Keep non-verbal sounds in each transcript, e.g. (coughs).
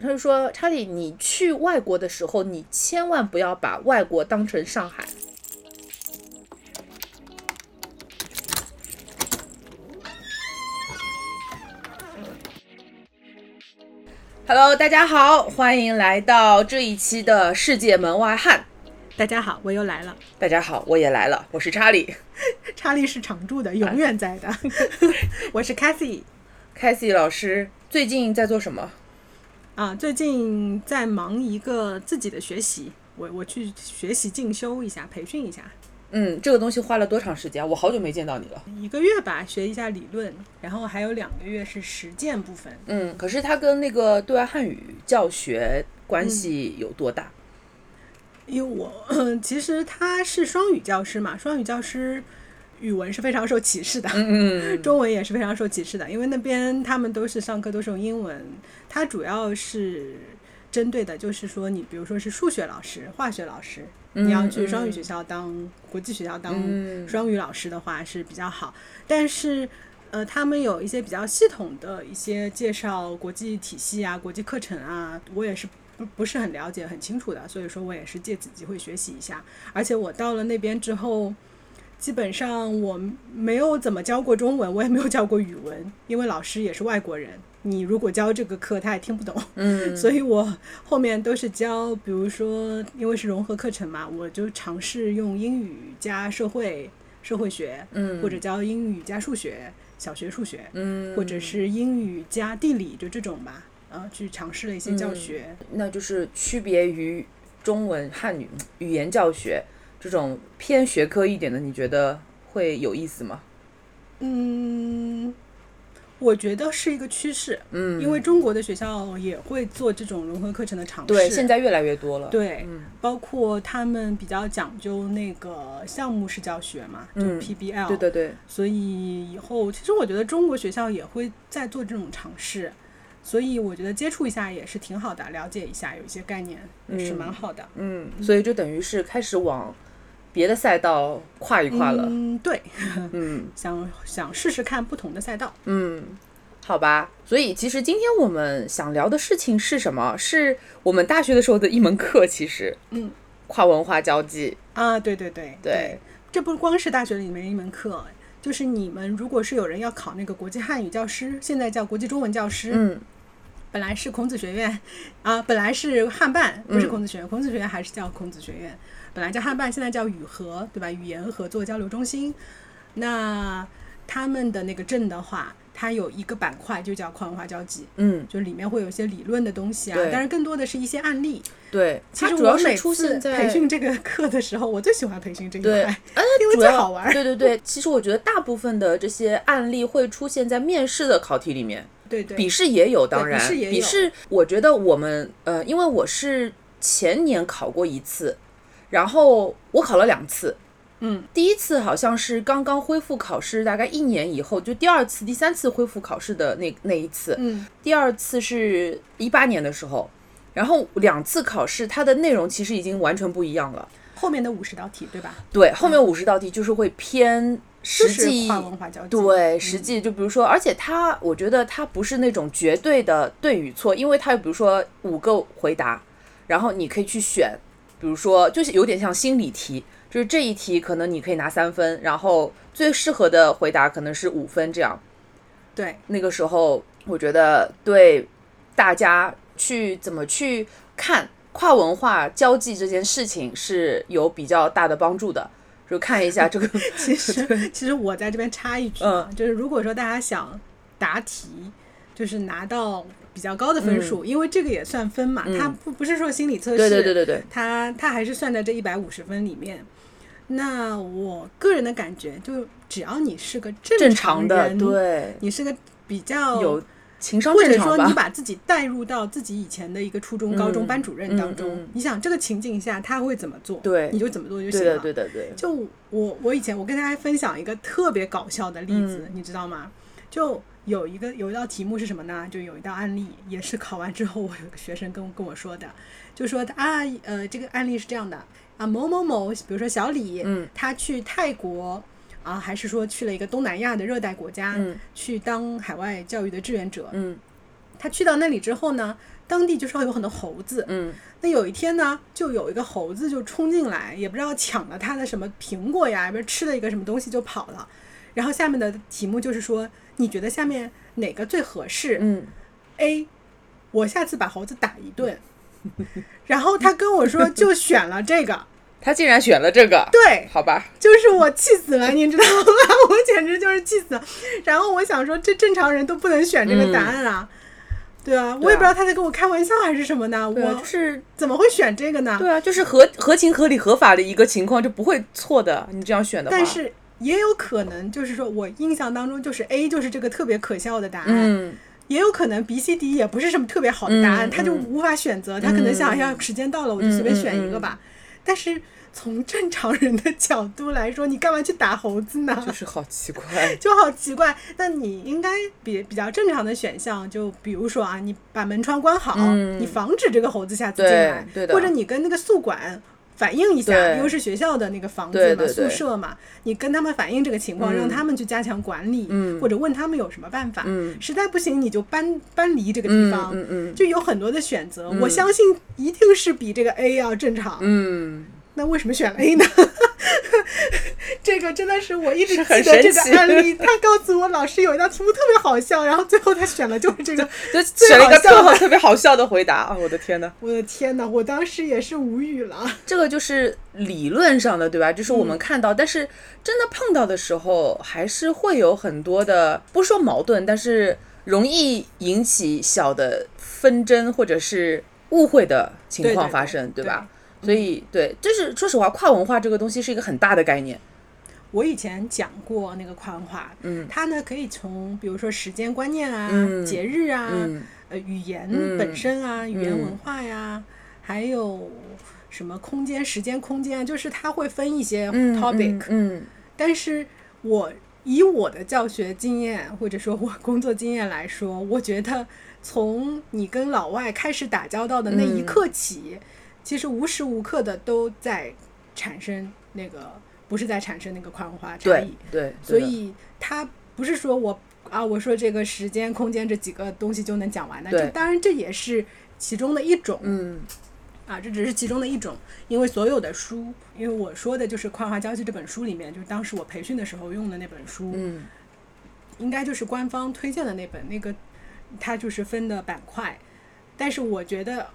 他就说：“查理，你去外国的时候，你千万不要把外国当成上海。”哈喽，大家好，欢迎来到这一期的世界门外汉。大家好，我又来了。大家好，我也来了，我是查理。查理是常驻的，永远在的。我是 Cathy 凯西老师最近在做什么？啊，最近在忙一个自己的学习，我我去学习进修一下，培训一下，嗯，这个东西花了多长时间？我好久没见到你了。一个月吧，学一下理论，然后还有两个月是实践部分。嗯，可是它跟那个对外汉语教学关系有多大？因为我 (coughs) 其实他是双语教师嘛，双语教师语文是非常受歧视的，嗯 (laughs) 中文也是非常受歧视的，因为那边他们都是上课都是用英文，它主要是针对的就是说你比如说是数学老师、化学老师，你要去双语学校当国际学校当嗯双语老师的话是比较好，但是。呃，他们有一些比较系统的一些介绍国际体系啊、国际课程啊，我也是不不是很了解、很清楚的，所以说我也是借此机会学习一下。而且我到了那边之后，基本上我没有怎么教过中文，我也没有教过语文，因为老师也是外国人。你如果教这个课，他也听不懂，嗯 (laughs) 所以我后面都是教，比如说，因为是融合课程嘛，我就尝试用英语加社会社会学，嗯或者教英语加数学，小学数学，嗯，或者是英语加地理，就这种吧，呃，去尝试了一些嗯教学，那就是区别于中文汉语语言教学这种偏学科一点的，你觉得会有意思吗？嗯，我觉得是一个趋势，嗯，因为中国的学校也会做这种融合课程的尝试。对现在越来越多了。对嗯包括他们比较讲究那个项目式教学嘛，就嗯 PBL、对对对，所以以后其实我觉得中国学校也会在做这种尝试，所以我觉得接触一下也是挺好的，了解一下有一些概念也是嗯蛮好的。嗯，所以就等于是开始往别的赛道跨一跨了。嗯，对，嗯 (laughs) 想想试试看不同的赛道。嗯，好吧。所以其实今天我们想聊的事情是什么？是我们大学的时候的一门课，其实，嗯，跨文化交际。啊，对对对对这不光是大学里面一门课，就是你们如果是有人要考那个国际汉语教师，现在叫国际中文教师，嗯本来是孔子学院，啊、本来是汉办，不是嗯孔子学院，孔子学院还是叫孔子学院，本来叫汉办，现在叫语合，对吧？语言合作交流中心。那他们的那个证的话，它有一个板块就叫跨文化交际，嗯，就里面会有一些理论的东西啊对，但是更多的是一些案例。对。其它实主我要是每出次现在培训这个 (laughs) 课的时候，我最喜欢培训这一对块，哎 (laughs) 因为主最要好玩儿。对对对，其实我觉得大部分的这些案例会出现在面试的考题里面，对对笔试也有，当对然笔试也有我觉得我们呃，因为我是前年考过一次，然后我考了两次。嗯，第一次好像是刚刚恢复考试，大概一年以后，就第二次、第三次恢复考试的那那一次。嗯第二次是一八年的时候，然后两次考试，它的内容其实已经完全不一样了。后面的五十道题，对吧？对，后面五十道题就是会偏就实是际，跨文化交际。对，实嗯际就比如说，而且它，我觉得它不是那种绝对的对与错，因为它有比如说五个回答，然后你可以去选，比如说就是有点像心理题，就是这一题可能你可以拿三分，然后最适合的回答可能是五分这样。对，那个时候，我觉得对大家去怎么去看跨文化交际这件事情是有比较大的帮助的，就看一下这个 (laughs) (laughs) 其实，其实我在这边插一句嗯啊，就是如果说大家想答题，就是拿到比较高的分数，因为这个也算分嘛，它不不是说心理测嗯试，对对对对对，它它还是算在这一百五十分里面。那我个人的感觉，就只要你是个正正常常的人，对。你是个比较有情商或正者常说你吧？把自己带入到自己以前的一个初中、高中班主任当中，嗯嗯你想这个情景下他会怎么做，对你就怎么做就行对了。的，对的，对。就我我以前我跟大家分享一个特别搞笑的例子，嗯你知道吗？就有一个有一道题目是什么呢？就有一道案例，也是考完之后，我有个学生跟我跟我说的，就说啊，呃，这个案例是这样的啊，某某某，比如说小李，嗯他去泰国啊，还是说去了一个东南亚的热带国家，嗯去当海外教育的志愿者，嗯他去到那里之后呢，当地就是会有很多猴子。嗯，那有一天呢，就有一个猴子就冲进来，也不知道抢了他的什么苹果呀，也不知道吃了一个什么东西就跑了。然后下面的题目就是说，你觉得下面哪个最合适？嗯 A，我下次把猴子打一顿。然后他跟我说就选了这个，他竟然选了这个，对，好吧，就是我气死了，你知道吗？我简直就是气死了。然后我想说，这正常人都不能选这个答案啊，对啊，我也不知道他在跟我开玩笑还是什么呢，对啊，就我是怎么会选这个呢？对啊，就是合合情合理合法的一个情况，就不会错的。你这样选的话，但是也有可能就是说我印象当中就是 A 就是这个特别可笑的答案， (laughs) 嗯，也有可能 B、C、D 也不是什么特别好的答案，嗯他就嗯无法选择，他可能想要时间到了，我就随便选一嗯个嗯吧。但是从正常人的角度来说，你干嘛去打猴子呢？。就是好奇怪就好奇怪。那你应该比比较正常的选项，就比如说啊，你把门窗关好，嗯你防止这个猴子下次对进来，对的或者你跟那个宿管。反映一下，对因为是学校的那个房子嘛，对对对宿舍嘛，你跟他们反映这个情况，嗯让他们去加强管理，嗯或者问他们有什么办法。嗯实在不行，你就搬搬离这个地嗯方，嗯嗯就有很多的选择。嗯我相信一定是比这个 A 要正常。嗯，那为什么选 A 呢？ (laughs) 这个真的是我一直是记很得这神奇个案例。他告诉我老师有一道题目特别好笑，然后最后他选了就是 (laughs) 这个。就选了一个最好特笑好特别好笑的回答啊！我的天呐，我的天哪，我当时也是无语了。这个就是理论上的，对吧？就是嗯我们看到，但是真的碰到的时候，还是会有很多的，不说矛盾，但是容易引起小的纷争或者是误会的情况对对对发生，对吧？对嗯所以，对，就是说实话，跨文化这个东西是一个很大的概念。我以前讲过那个宽化，嗯它呢可以从比如说时间观念啊、嗯节日啊、嗯呃语言嗯本身啊、语言嗯文化呀，还有什么空间、时间、空间，啊就是它会分一些嗯 topic，、嗯但是我以我的教学经验或者说我工作经验来说，我觉得从你跟老外开始打交道的那一刻起，其实无时无刻的都在产生那个，不是在产生那个跨文化差对异，对，所对的以它不是说我啊，我说这个时间、空间这几个东西就能讲完的，对这当然这也是其中的一种，嗯啊，这只是其中的一种，因为所有的书，因为我说的就是《跨化交际》这本书里面，就是当时我培训的时候用的那本书，嗯应该就是官方推荐的那本，那个它就是分的板块，但是我觉得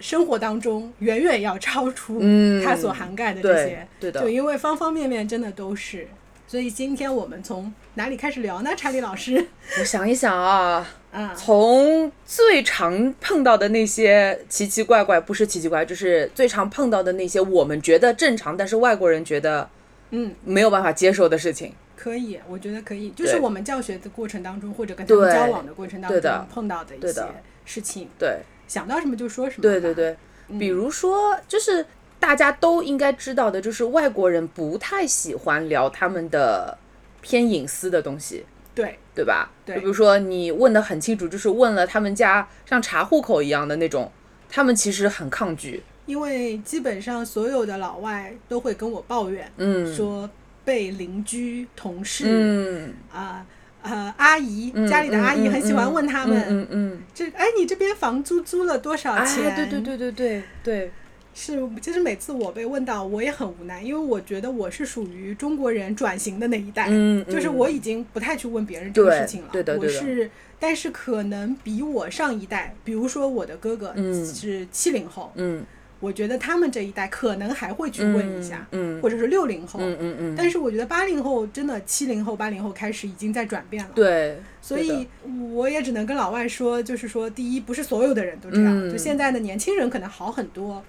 生活当中远远要超出嗯，它所涵盖的这对些，对的就，因为方方面面真的都是。所以今天我们从哪里开始聊呢？查理老师，我想一想啊，啊，从最常碰到的那些奇奇怪怪，不是奇奇怪，就是最常碰到的那些我们觉得正常，但是外国人觉得嗯，没有办法接受的事情。可以，我觉得可以，就是对我们教学的过程当中，或者跟他们对交往的过程当对中的碰到的一对些的事情。对，嗯想到什么就说什么。对对，对，比如说就是大家都应该知道的，就是外国人不太喜欢聊他们的偏隐私的东西。对对吧？对就比如说你问的很清楚，就是问了他们家像查户口一样的那种，他们其实很抗拒。因为基本上所有的老外都会跟我抱怨，嗯说被邻居、同事嗯，啊、呃呃阿姨、嗯家里的阿姨很喜欢问他们，嗯嗯嗯，这哎你这边房租租了多少啊，钱？对对，对对对对，是，其实每次我被问到，我也很无奈，因为我觉得我是属于中国人转型的那一代，嗯哎就是嗯我已经不太去问别人这个对事情了。对的我对的是，但是可能比我上一代，比如说我的哥哥嗯是七零后，嗯，我觉得他们这一代可能还会去问一下，嗯，或者是六零后。嗯嗯嗯，但是我觉得八零后真的七零后、八零后开始已经在转变了，对，所对的啊以我也只能跟老外说，就是说，第一，不是所有的人都这样，嗯就现在的年轻人可能好很多。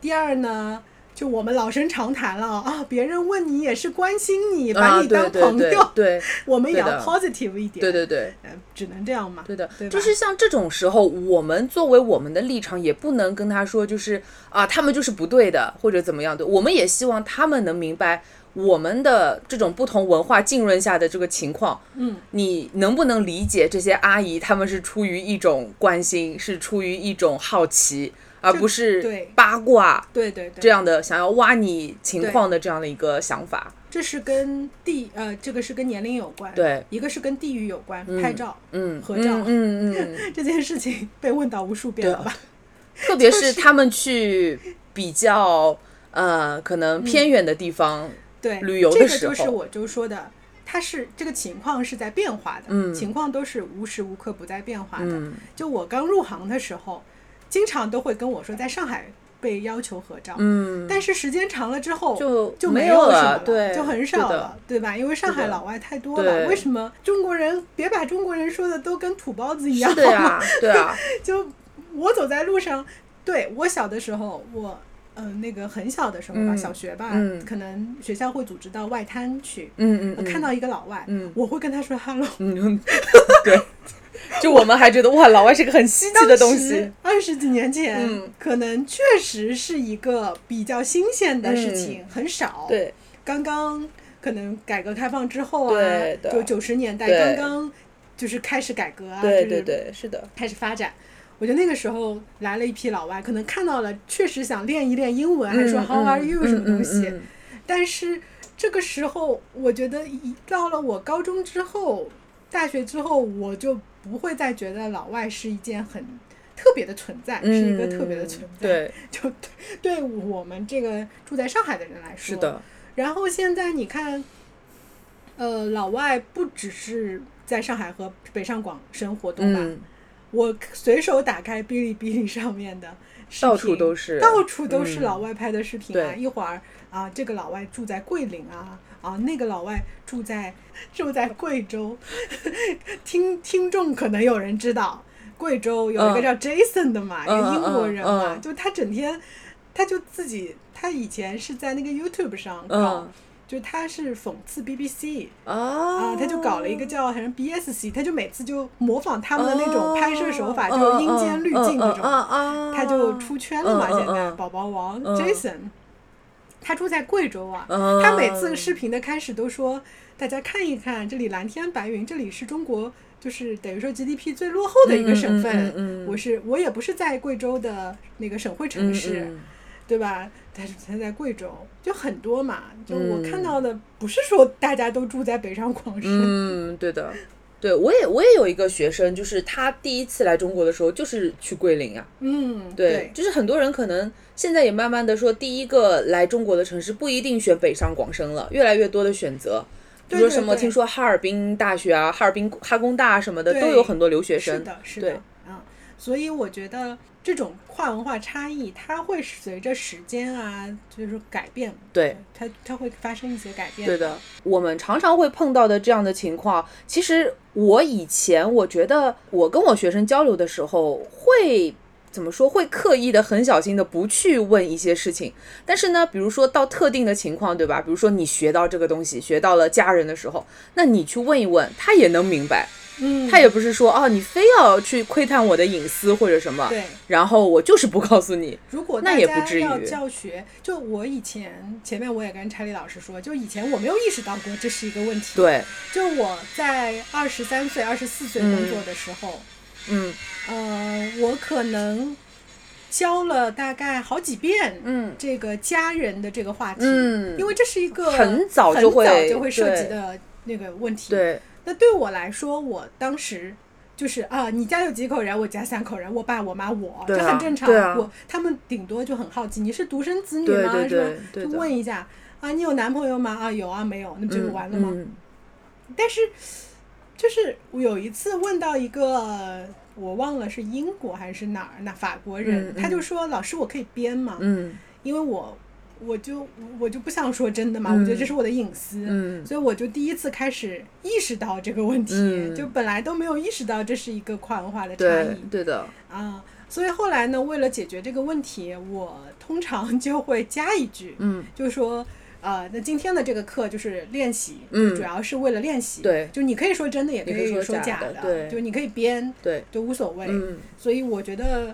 第二呢，就我们老生常谈了啊，别人问你也是关心你，把啊，你当对朋友，对对对 (laughs) 我们也要对的 positive 一点。对对对呃，只能这样嘛。对的对，吧就是像这种时候，我们作为我们的立场，也不能跟他说就是啊，他们就是不对的，或者怎么样的。我们也希望他们能明白我们的这种不同文化浸润下的这个情况，嗯，你能不能理解这些阿姨，她们是出于一种关心，是出于一种好奇，而就不是对八卦对对对，这样的想要挖你情况的这样的一个想法。这是跟地呃，这个是跟年龄有关，，对，一个是跟地域有关，拍照嗯，合照嗯嗯嗯，嗯 (laughs) 这件事情被问到无数遍了吧？特别是他们去比较呃可嗯能偏远的地方，对，旅游的时这候个就是我就说的，它是这个情况是在变化的，嗯情况都是无时无刻不在变化的。嗯就我刚入行的时候，经常都会跟我说，在上海被要求合照，嗯，但是时间长了之后就就没有有什了么对就很是少的了，对吧？因为上是海的老外太多了，对为什么中国人别把中国人说的都跟土包子一样？是的 (laughs) 呀，对啊，就我走在路上，对我小的时候，我嗯、呃那个很小的时候吧，嗯小学吧，嗯可能学校会组织到外滩去，嗯嗯呃嗯，看到一个老外，嗯我会跟他说 “hello”。嗯， (laughs) 对，就我们还觉得哇，老外是个很稀奇的东西，，二十几年前，嗯可能确实是一个比较新鲜的事情，很少。，嗯对，刚刚可能改革开放之后啊，对的就九十年代对刚刚就是开始改革啊，对就是对对，是的，开始发展。我觉得那个时候来了一批老外，可能看到了，确实想练一练英文，还说嗯 How are 嗯 you 什么东西。嗯嗯嗯但是这个时候，我觉得一到了我高中之后、大学之后，我就不会再觉得老外是一件很特别的存在，嗯是一个特别的存在。，对，就对对我们这个住在上海的人来说，是。的，然后现在你看，呃，老外不只是在上海和北上广深活动吧，嗯，我随手打开哔哩哔哩上面的视频，到处都是，到处都是嗯老外拍的视频啊！对一会儿啊，这个老外住在桂林啊，啊，那个老外住在住在贵州。 (laughs) 听听众可能有人知道，贵州有一个嗯叫 Jason 的嘛，一个嗯英国人嘛，嗯嗯就他整天他就自己，他以前是在那个 YouTube 上搞，嗯就他是讽刺 BBC，啊啊，他就搞了一个叫好像 BSC，他就每次就模仿他们的那哦种拍摄手法，就是嗯阴间滤镜那种，种他就出圈了嗯嘛。嗯嗯现在嗯宝宝王嗯 Jason，他住在贵州啊，嗯他每次视频的开始都说大家看一看，这里蓝天白云，这里是中国就是等于说 GDP 最落后的一个省嗯嗯份。嗯嗯嗯我是我也不是在贵州的那个省会城市，嗯嗯对吧？但是他在贵州就很多嘛，就我嗯看到的不是说大家都住在北上广深。嗯，对的，对我也我也有一个学生，就是他第一次来中国的时候就是去桂林啊，嗯，对，就是很多人可能现在也慢慢的说，第一个来中国的城市不一定选北上广深了，越来越多的选择。比对如说对什么，对听说哈尔滨大学啊、哈尔滨哈工大啊什么的，对都有很多留学是生。的，是对的，嗯，所以我觉得这种跨文化差异，它会随着时间啊，就是改变，对，它它会发生一些改变，对的，我们常常会碰到的这样的情况。其实我以前我觉得，我跟我学生交流的时候会。怎么说会刻意的很小心的不去问一些事情，但是呢，比如说到特定的情况，对吧？比如说你学到这个东西，学到了家人的时候，那你去问一问，他也能明白。嗯，他也不是说哦，你非要去窥探我的隐私或者什么，对。然后我就是不告诉你。如果那大也不家至要于教学，就我以前前面我也跟查理老师说，就以前我没有意识到过这是一个问题。，对，就我在二十三岁、二十四岁工作的时候，嗯呃，我可能教了大概好几遍嗯这个家人的这个话题，嗯因为这是一个很早就会很早就会涉及对的那个问题。，对，那对我来说，我当时就是啊，你家有几口人？我家三口人，我爸、我妈、我，对啊这很正常。对啊我他们顶多就很好奇，你是独生子女对吗？对是吧对对就的问一下啊，你有男朋友吗？啊，有啊，没有，那不就嗯完了吗？嗯但是就是我有一次问到一个。我忘了是英国还是哪儿，那法国人，嗯嗯他就说：“老师，我可以编吗？”嗯因为我我就我就不想说真的嘛，嗯我觉得这是我的隐私，嗯所以我就第一次开始意识到这个问题，嗯就本来都没有意识到这是一个跨文化的差对异对的，啊。所以后来呢，为了解决这个问题，我通常就会加一句，嗯就说。呃，那今天的这个课就是练习，嗯就主要是为了练习。对就你可以说真的，也你可以以说说假的，的对就你可以编，对，就无所谓。嗯所以我觉得，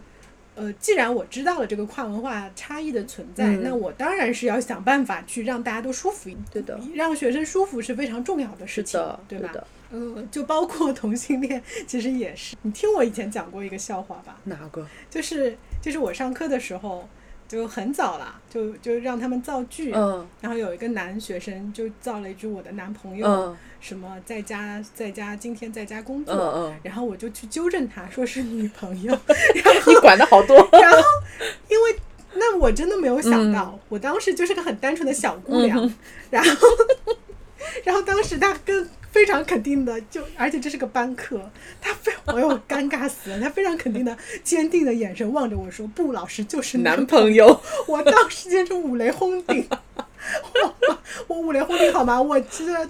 呃，既然我知道了这个跨文化差异的存在，嗯那我当然是要想办法去让大家都舒服一点。对的，让学生舒服是非常重要的事是情的，，对是吧？的呃，就包括同性恋，其实也是。你听我以前讲过一个笑话吧，哪个？就是就是我上课的时候，就很早啦，就就让他们造句。嗯然后有一个男学生就造了一句我的男朋友、嗯什么在家在家今天在家工作，嗯 (laughs) 嗯，然后我就去纠正他说是女朋友，你管的好多。然后因为那我真的没有想到，我当时就是个很单纯的小姑娘，然后 (laughs) 然后当时他跟非常肯定的就，而且这是个班课，他非 (laughs) 我又尴尬死了，他非常肯定的坚定的眼神望着我说不，老师就是男 (laughs) 男朋友，我当时简直五雷轰顶，我我五雷轰顶好吗？我真的，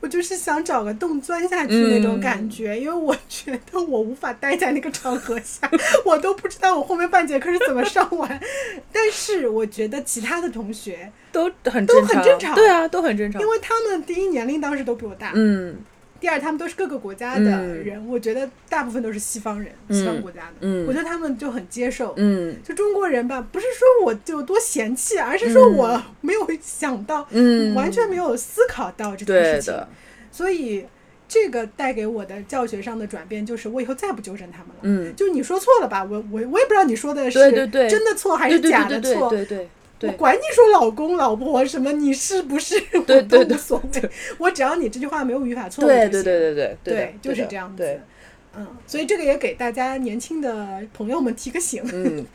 我就是想找个洞钻下去那种嗯感觉，因为我觉得我无法待在那个场合下， (laughs) 我都不知道我后面半节课是怎么上完。但是我觉得其他的同学，都很 (laughs) 都很常，正常对啊，都很正常因。为他们第一年龄当时都比我大，嗯第二他们都是各个国家的人，我觉得大部分都是西方人，西方嗯国家的，嗯我觉得他们就很接受，嗯就中国人吧，不是说我有多嫌弃，而是说我没有想到，嗯，完全没有思考到这件对事情的，。所以这个带给我的教学上的转变就是，我以后再不纠正他们了。嗯，就你说错了吧，我我我也不知道你说的是对对对真的错还对是对假对的对对错，对对我对，管你说老公老婆什么，你是不是我对都对无对 (laughs) 所谓，我只要你这句话没有语法错误就对行。对对对对对的就是的这样子对，。嗯，所以这个也给大家年轻的朋友们提个醒。 (laughs) 嗯，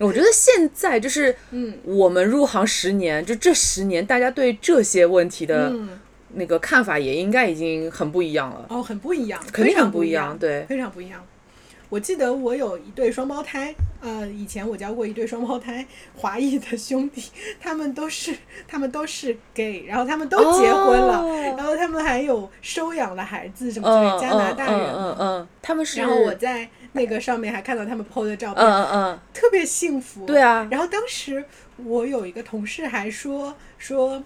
我觉得现在就是嗯我们入行十年，就这十年，大家对这些问题的嗯，那个看法也应该已经很不一样了，哦，很不一样，肯非定常很不不一一样。，对，非常不一样。我记得我有一对双胞胎，呃，以前我教过一对双胞胎华裔的兄弟，他们都是他们都是 gay，然后他们都结婚了，哦然后他们还有收养了孩子什么之嗯类，加拿大人。嗯嗯嗯，他们是，然后我在那个上面还看到他们 PO 的照片，嗯嗯特别幸福。嗯，对啊，然后当时我有一个同事还说说，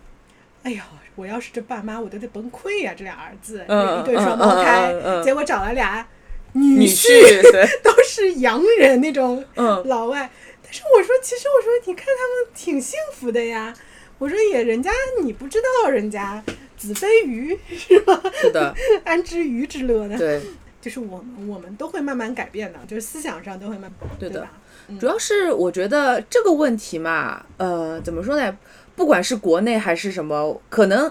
哎呀，我要是这爸妈，我都得崩溃呀、这俩儿子、嗯一对双胞胎，嗯嗯嗯嗯结果找了俩女女婿，婿，对，都是洋人那种嗯老外。但是我说，其实我说，你看他们挺幸福的呀。我说也，人家你不知道，人家子非鱼是吧？是的，安知鱼之乐呢？ (laughs) 对。就是我们我们都会慢慢改变的，就是思想上都会慢慢对的吧主要是我觉得这个问题嘛，呃，怎么说呢？不管是国内还是什么，可能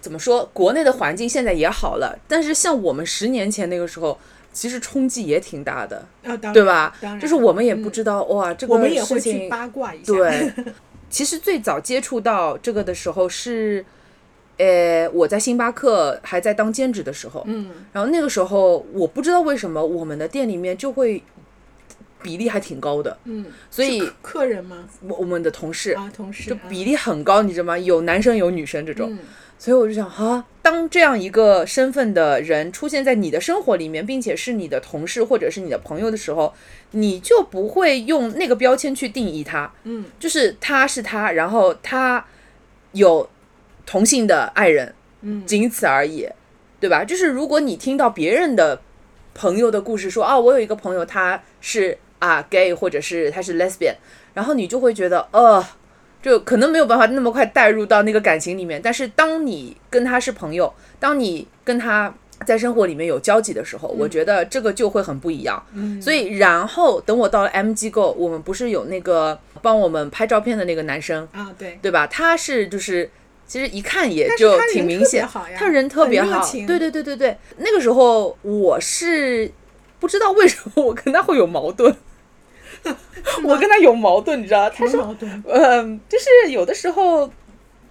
怎么说，国内的环境现在也好了，但是像我们十年前那个时候，其实冲击也挺大的，啊，当然对吧当然，？嗯就是我们也不知道、哇，这个我们也会事去情八卦一下。对。 (laughs) 其实最早接触到这个的时候是，呃，我在星巴克还在当兼职的时候，嗯然后那个时候我不知道为什么我们的店里面就会比例还挺高的，嗯，所以是客客人吗？我我们的同事啊，同事就啊比例很高，你知道吗？有男生有女生这种，嗯所以我就想哈，当这样一个身份的人出现在你的生活里面，并且是你的同事或者是你的朋友的时候，你就不会用那个标签去定义他，嗯就是他是他，然后他有同性的爱人，嗯仅此而已，对吧？就是如果你听到别人的朋友的故事说，哦，我有一个朋友他是啊 gay 或者是他是 lesbian，然后你就会觉得，呃，就可能没有办法那么快带入到那个感情里面。但是当你跟他是朋友，当你跟他在生活里面有交集的时候，我觉得这个就会很不一样。嗯，所以，然后等我到了 M 机构，我们不是有那个帮我们拍照片的那个男生，啊对，对吧？他是就是其实一看也但是就他人挺明特别显，好呀他人特别很热好，情对对对对对。那个时候我是不知道为什么我跟他会有矛 (laughs) 盾，我跟他有矛盾，你知道？他什说么矛盾？嗯，就是有的时候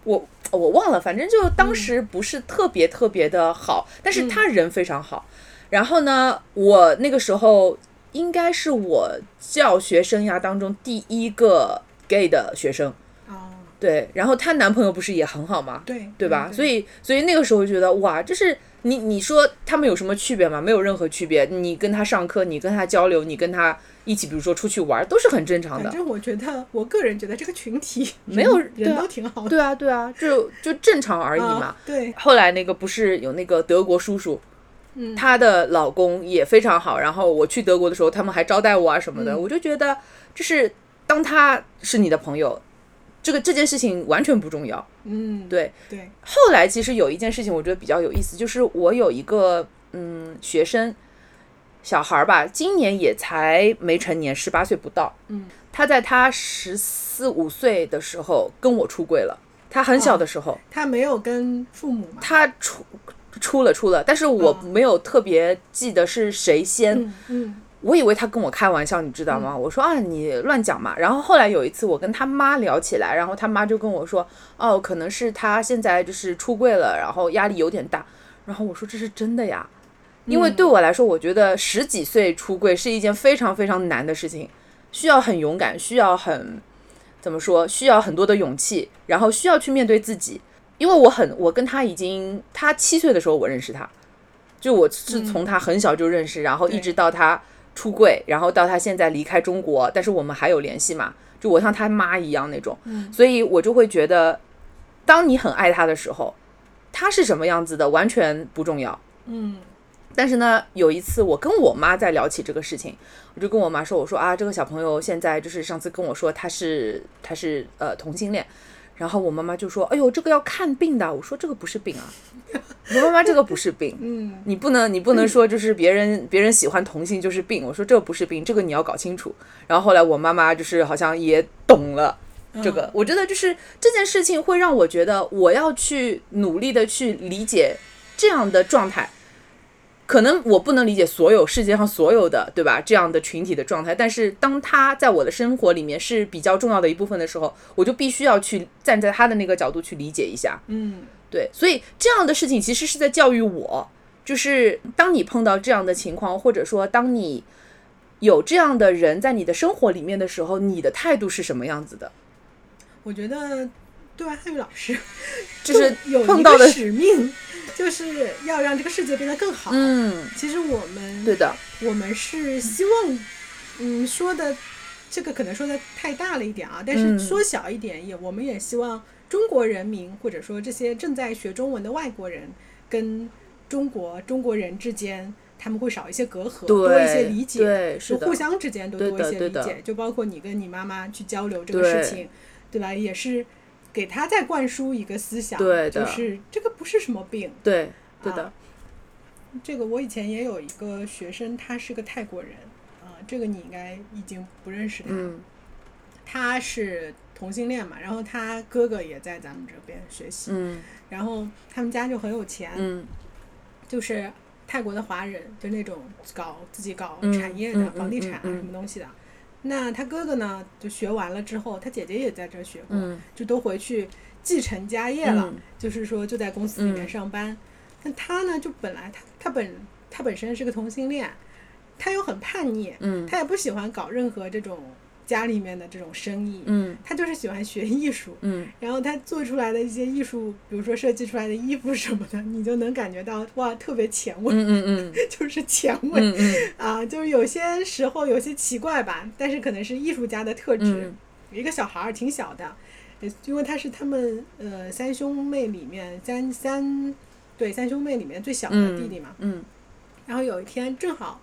我我忘了，反正就当时不是特别特别的好，但是他人非常好。然后呢，我那个时候应该是我教学生涯当中第一个 gay 的学生，啊，对。然后她男朋友不是也很好吗？嗯对对吧？所以以所以那个时候觉得哇，就是你你说他们有什么区别吗？没有任何区别。你跟他上课，你跟他交流，你跟他一起，比如说出去玩儿，都是很正常反的。正我觉得，我个人觉得这个群体没有人对人啊都挺 (laughs) 好的对啊，对啊，就就正常而已嘛啊。，对，后来那个不是有那个德国叔叔，嗯她的老公也非常好。然后我去德国的时候，他们还招待我啊什么的，嗯我就觉得，就是当他是你的朋友，这个这件事情完全不重要。嗯对，对，后来其实有一件事情，我觉得比较有意思，就是我有一个嗯学生，小孩儿吧，今年也才没成年，十八岁不到。嗯，他在他十四五岁的时候跟我出柜了。他很哦小的时候，他没有跟父母嘛？他出出了出了，但是我哦没有特别记得是谁先。嗯嗯我以为他跟我开玩笑，你知道吗？我说啊，你乱讲嘛。然后后来有一次我跟他妈聊起来，然后他妈就跟我说，哦，可能是他现在就是出柜了，然后压力有点大。然后我说这是真的呀，因为对我来说，我觉得十几岁出柜是一件非常非常难的事情，需要很勇敢，需要很怎么说，需要很多的勇气，然后需要去面对自己。因为我很，我跟他已经，他七岁的时候我认识他，就我是从他很小就认识，然后一对直到他出柜，然后到他现在离开中国，但是我们还有联系嘛，就我像他妈一样那种，嗯所以我就会觉得，当你很爱他的时候，他是什么样子的完全不重要。嗯但是呢，有一次我跟我妈在聊起这个事情，我就跟我妈说，我说啊，这个小朋友现在就是上次跟我说他是他是呃同性恋，然后我妈妈就说，哎呦，这个要看病的。我说这个不是病啊，我说妈妈这个不是病，嗯你不能，你不能说就是别人别人喜欢同性就是病。我说这不是病，这个你要搞清楚。然后后来我妈妈就是好像也懂了这个。我觉得就是这件事情会让我觉得我要去努力的去理解这样的状态。可能我不能理解所有世界上所有的，对吧？这样的群体的状态，但是当他在我的生活里面是比较重要的一部分的时候，我就必须要去站在他的那个角度去理解一下。嗯对，所以这样的事情其实是在教育我，就是当你碰到这样的情况，或者说当你有这样的人在你的生活里面的时候，你的态度是什么样子的？我觉得对外汉语老师就是 (laughs) 有一碰到个的，使命，就是要让这个世界变得更好。嗯，其实我们对的，我们是希望，嗯，说的这个可能说的太大了一点啊，但是嗯说小一点也，我们也希望中国人民或者说这些正在学中文的外国人跟中国中国人之间，他们会少一些隔阂，多一些对，理解，对，是就的互，相之间都对多一的些对理的解，就包括你跟你妈妈去交流这个事对情，对吧？也是给他再灌输一个思想，对就的是这个不是什么病，对，对的啊，这个我以前也有一个学生，他是个泰国人，啊、这个你应该已经不认识他。嗯他是同性恋嘛，然后他哥哥也在咱们这边学习，嗯然后他们家就很有钱，嗯就是泰国的华人，就那种搞自己搞嗯产业的、嗯嗯房地产啊、嗯嗯什么东西的。那他哥哥呢，就学完了之后，他姐姐也在这儿学过，嗯就都回去继承家业了。嗯就是说就在公司里面嗯上班。但他呢，就本来他他本他本身是个同性恋，他又很叛逆，嗯他也不喜欢搞任何这种家里面的这种生意，嗯他就是喜欢学艺术。嗯，然后他做出来的一些艺术，比如说设计出来的衣服什么的，你就能感觉到哇，特别前卫， (laughs) 嗯嗯嗯就是前卫、嗯啊，就是有些时候有些奇怪吧，但是可能是艺术家的特质。嗯一个小孩儿挺小的，呃因为他是他们呃三兄妹里面三三对三兄妹里面最小的弟弟嘛。嗯然后有一天正好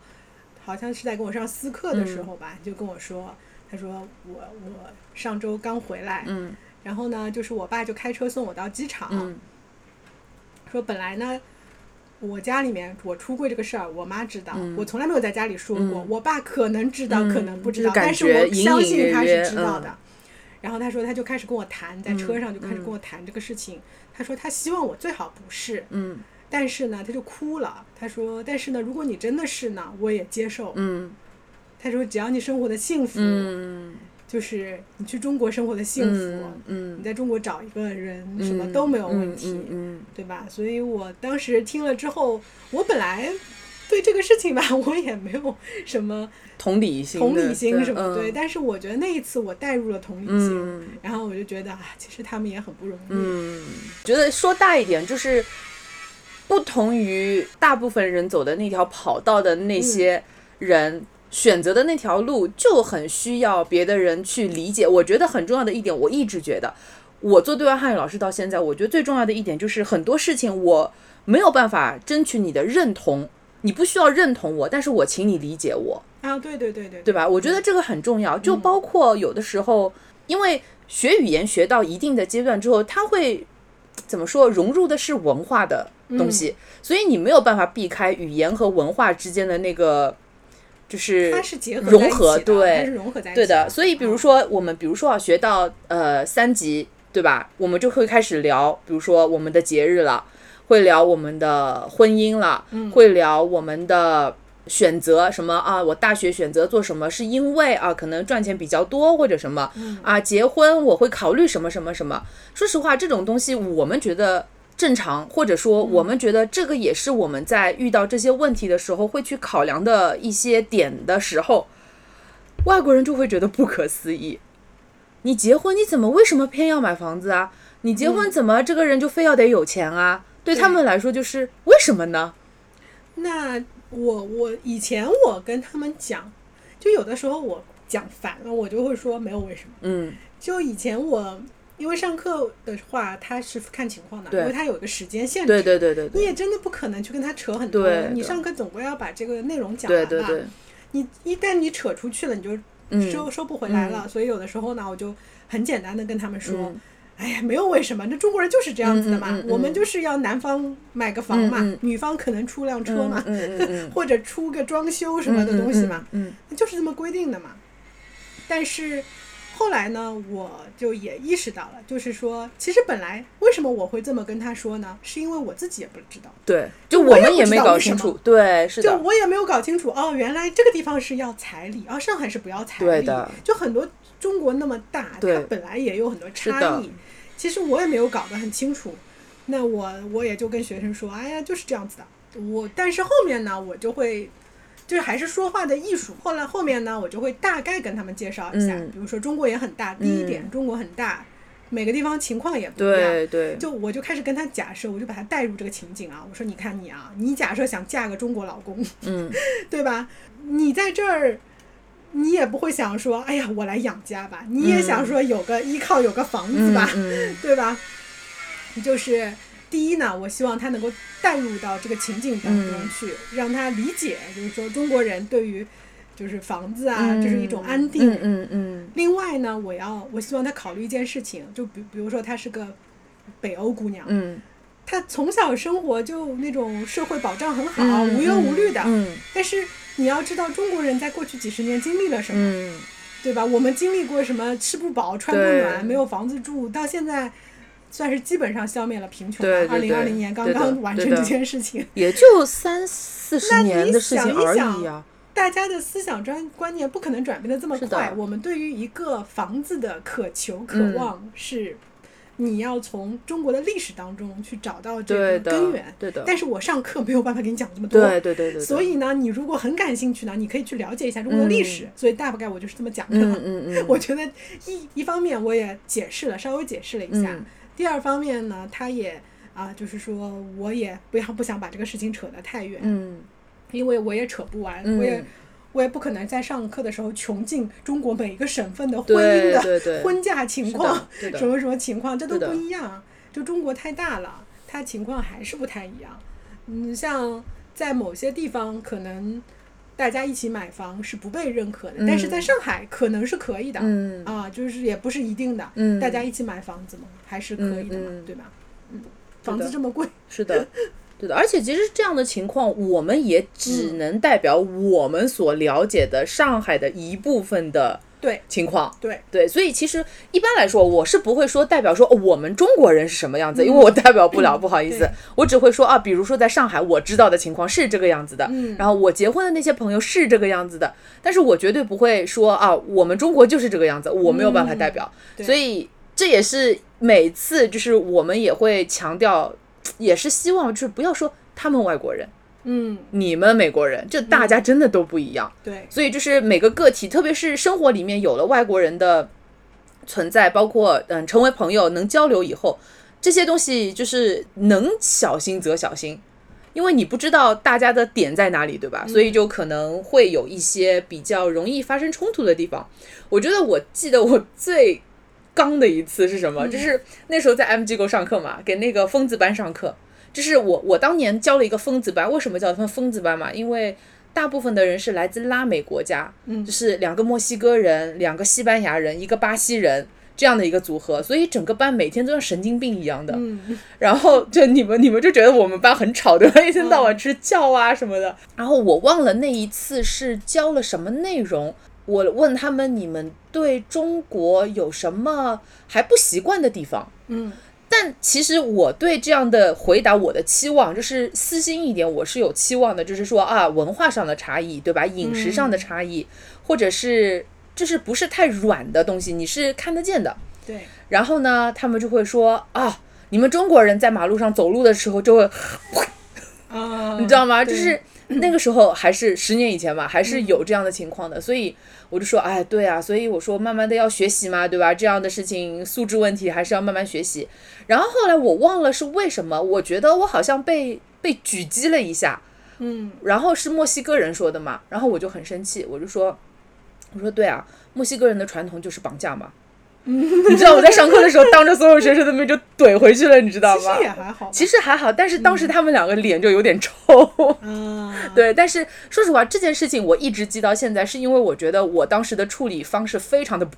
好像是在跟我上私课的嗯时候吧，就跟我说，他说我我上周刚回来，嗯然后呢就是我爸就开车送我到机场，嗯说本来呢。我家里面我出柜这个事儿，我妈知道，嗯我从来没有在家里说过。嗯我爸可能知道，嗯可能不知就道，是感但是觉我隐隐相信他约约是知道的。嗯然后他说，他就开始跟我谈，在车上就开始嗯跟我谈这个事情。他说他希望我最好不是，嗯但是呢，他就哭了。他说，但是呢，如果你真的是呢，我也接受。嗯他说，只要你生活的幸福，嗯就是你去中国生活的幸福，你嗯，在中国找一个人，什么都没有问题。嗯对吧？所以我当时听了之后，我本来对这个事情吧， (laughs) 我也没有什么同理心，同理心什么对，对，但是我觉得那一次我带入了同理心，嗯。然后我就觉得啊，其实他们也很不容易。嗯，觉得说大一点，就是不同于大部分人走的那条跑道的那些人。选择的那条路就很需要别的人去理解。我觉得很重要的一点，我一直觉得，我做对外汉语老师到现在，我觉得最重要的一点就是很多事情我没有办法争取你的认同，你不需要认同我，但是我请你理解我。啊，对对对嗯对对吧？我觉得这个很重要，就包括有的时候，因为学语言学到一定的阶段之后，它会怎么说？融入的是嗯文化的东西，所以你没有办法避开语言和文化之间的那个就是它是结合在融一合，起的它对是，融合在一起对的。所以比如说我们，比如说啊，学到呃三级，对吧？我们就会开始聊，比如说我们的节日了，会聊我们的婚姻了，会聊我们的。选择什么啊？我大学选择做什么，是因为啊，可能赚钱比较多或者什么啊。结婚我会考虑什么什么什么。说实话，这种东西我们觉得正常，或者说我们觉得这个也是我们在遇到这些问题的时候会去考量的一些点的时候，外国人就会觉得不可思议。你结婚你怎么为什么偏要买房子啊？你结婚怎么这个人就非要得有钱啊？对他们来说就是为什么呢？那我我以前我跟他们讲，就有的时候我讲烦了，我就会说没有为什么。嗯就以前我因为上课的话，他是看情况的，对因为他有个时间限制。对对对对你对也真的不可能去跟他扯很多对，你对上课总归要把这个内容讲完对吧。对对，你一旦你扯出去了，你就嗯收、收不回来了。所以有的时候呢，我就很简单的跟他们说，嗯哎呀，没有为什么，那中国人就是这样子的嘛，嗯嗯嗯嗯我们就是要男方买个房嘛，嗯嗯女方可能出辆车嘛，嗯嗯嗯， (laughs) 或者出个装修什么的东西嘛，嗯，就是这么规定的嘛。但是后来呢，我就也意识到了，就是说，其实本来为什么我会这么跟他说呢？是因为我自己也不知道，对，就我们也没搞清我也楚，对，是就的，我也没有搞清楚哦，原来这个地方是要彩礼啊，上海是不要彩礼对的就很多中国那么大，对它本来也有很多是差的异。其实我也没有搞得很清楚，那我我也就跟学生说，哎呀，就是这样子的。我但是后面呢，我就会。就是还是说话的艺术。后来后面呢，我就会大概跟他们介绍一下，嗯比如说中国也很大，第一点、中国很大，每个地方情况也不一样，对对，就我就开始跟他假设，我就把他带入这个情景啊，我说你看你啊，你假设想嫁个中国老公，嗯，对吧？你在这儿，你也不会想说，哎呀，我来养家吧，你也想说有个依靠，有个房子吧，嗯 (laughs) 对吧？就是第一呢，我希望他能够带入到这个情景当嗯中去，让他理解，就是说中国人对于就是房子啊，这是一种安定，嗯嗯嗯另外呢，我要我希望他考虑一件事情，就比比如说她是个北欧姑娘，嗯，她从小生活就那种社会保障很好，嗯无忧无虑的。嗯但是你要知道，中国人在过去几十年经历了什么，嗯对吧？我们经历过什么吃不饱、穿不对暖、没有房子住，到现在算是基本上消灭了贫穷对吧。二对对零二零年刚对的刚完成对的这件事情，也就三四十年的事情而那已你啊，大家的思想专观念不可能转变的这么是快的。我们对于一个房子的渴求、渴望是，你要从中国的历史当中去找到这对个的，根源。对的，但是我上课没有办法给你讲这么多，对对对对，所以呢，你如果很感兴趣呢，你可以去了解一下中国的历史。所以大概我就是这么讲的。嗯嗯嗯， (laughs) 我觉得一一方面我也解释了，稍微解释了一下。嗯第二方面呢，他也啊、就是说我也不要不想把这个事情扯得太远，嗯因为我也扯不完，嗯我也我也不可能在上课的时候穷尽中国每一个省份的婚姻对的对对，婚嫁情况，是的什么什么情况，这都对的不一样。就中国太大了，它情况还是不太一样。嗯，像在某些地方，可能大家一起买房是不被认可的，但是在上海可能是可以的。嗯啊，就是也不是一定的，嗯大家一起买房子嘛，还是可以的嘛，嗯嗯对吧？嗯，房子这么贵，是的。对的，而且其实这样的情况，我们也只能代表我们所了解的上海的一部分的对情况。对，对，所以其实一般来说，我是不会说代表说、哦我们中国人是什么样子，因为我代表不了，不好意思嗯对，我只会说啊，比如说在上海，我知道的情况是这个样子的，嗯然后我结婚的那些朋友是这个样子的，但是我绝对不会说啊，我们中国就是这个样子，我没有办法代表，嗯对所以这也是每次就是我们也会强调，也是希望就是不要说他们外国人，嗯，你们美国人，就大家真的都不一样。对，所以就是每个个体，特别是生活里面有了外国人的存在，包括嗯成为朋友能交流以后，这些东西就是能小心则小心，因为你不知道大家的点在哪里，对吧？所以就可能会有一些比较容易发生冲突的地方。我觉得我记得我最刚的一次是什么？就是那时候在 M G 沟上课嘛，给那个疯子班上课。就是我，我当年教了一个疯子班，为什么叫他们疯子班嘛？因为大部分的人是来自拉美国家，嗯就是两个墨西哥人，两个西班牙人，一个巴西人，这样的一个组合，所以整个班每天都像神经病一样的。嗯，然后就你们你们就觉得我们班很吵，对吧？一天到晚吃叫啊什么的。然后我忘了那一次是教了什么内容。我问他们，你们对中国有什么还不习惯的地方？嗯，但其实我对这样的回答，我的期望就是私心一点，我是有期望的，就是说啊，文化上的差异，对吧？饮食上的差异，或者是就是不是太软的东西，你是看得见的。对，然后呢，他们就会说啊，你们中国人在马路上走路的时候就会， (laughs) 啊，你知道吗？就对是那个时候还是十年以前吧，还是有这样的情况的。所以我就说，哎，对啊，所以我说慢慢的要学习嘛，对吧？这样的事情素质问题还是要慢慢学习。然后后来我忘了是为什么，我觉得我好像被被狙击了一下，嗯然后是墨西哥人说的嘛，然后我就很生气，我就说，我说对啊，墨西哥人的传统就是绑架嘛。你知道我在上课的时候，当着所有学生的面就怼回去了，你知道其吗实？也嗯还好吧，其实还好，但是当时他们两个脸就有点臭。啊，对，但是说实话，这件事情我一直记到现在，是因为我觉得我当时的处理方式非常的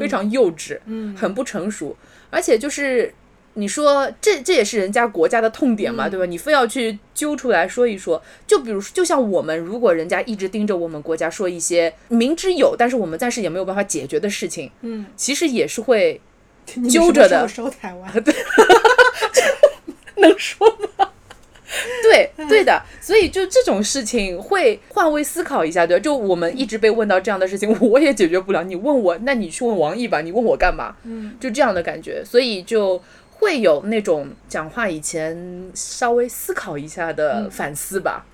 非常幼稚，嗯很不成熟，而且就是你说这这也是人家国家的痛点嗯嘛，对吧？你非要去揪出来说一说，就比如就像我们，如果人家一直盯着我们国家说一些明知有，但是我们暂时也没有办法解决的事情，嗯，其实也是会你们揪什么着时候的收台湾，能说吗？对嗯对的，所以就这种事情会换位思考一下，对吧？就我们一直被问到这样的事情， (laughs) 我也解决不了。你问我，那你去问王毅吧，你问我干嘛？嗯，就这样的感觉，所以就会有那种讲话以前稍微思考一下的嗯反思吧，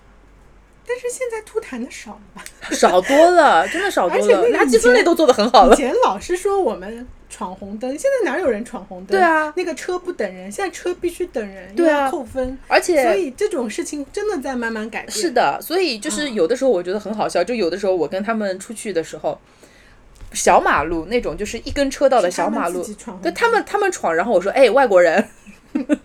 但是现在吐痰的少了吧？少多 (laughs) 了，真的少多而且那了。个垃以圾分类前都做得很好以了，前老是说我们闯红灯，现在哪有人闯红灯？对啊那个车不等人，现在车必须等人，对啊要扣分。而且所以这种事情真的在慢慢改变。是的，所以嗯就是有的时候我觉得很好笑，就有的时候我跟他们出去的时候，小马路那种就是一根车道的是他小们马自路己闯，红对灯他们他们闯，然后我说哎外国人， (laughs)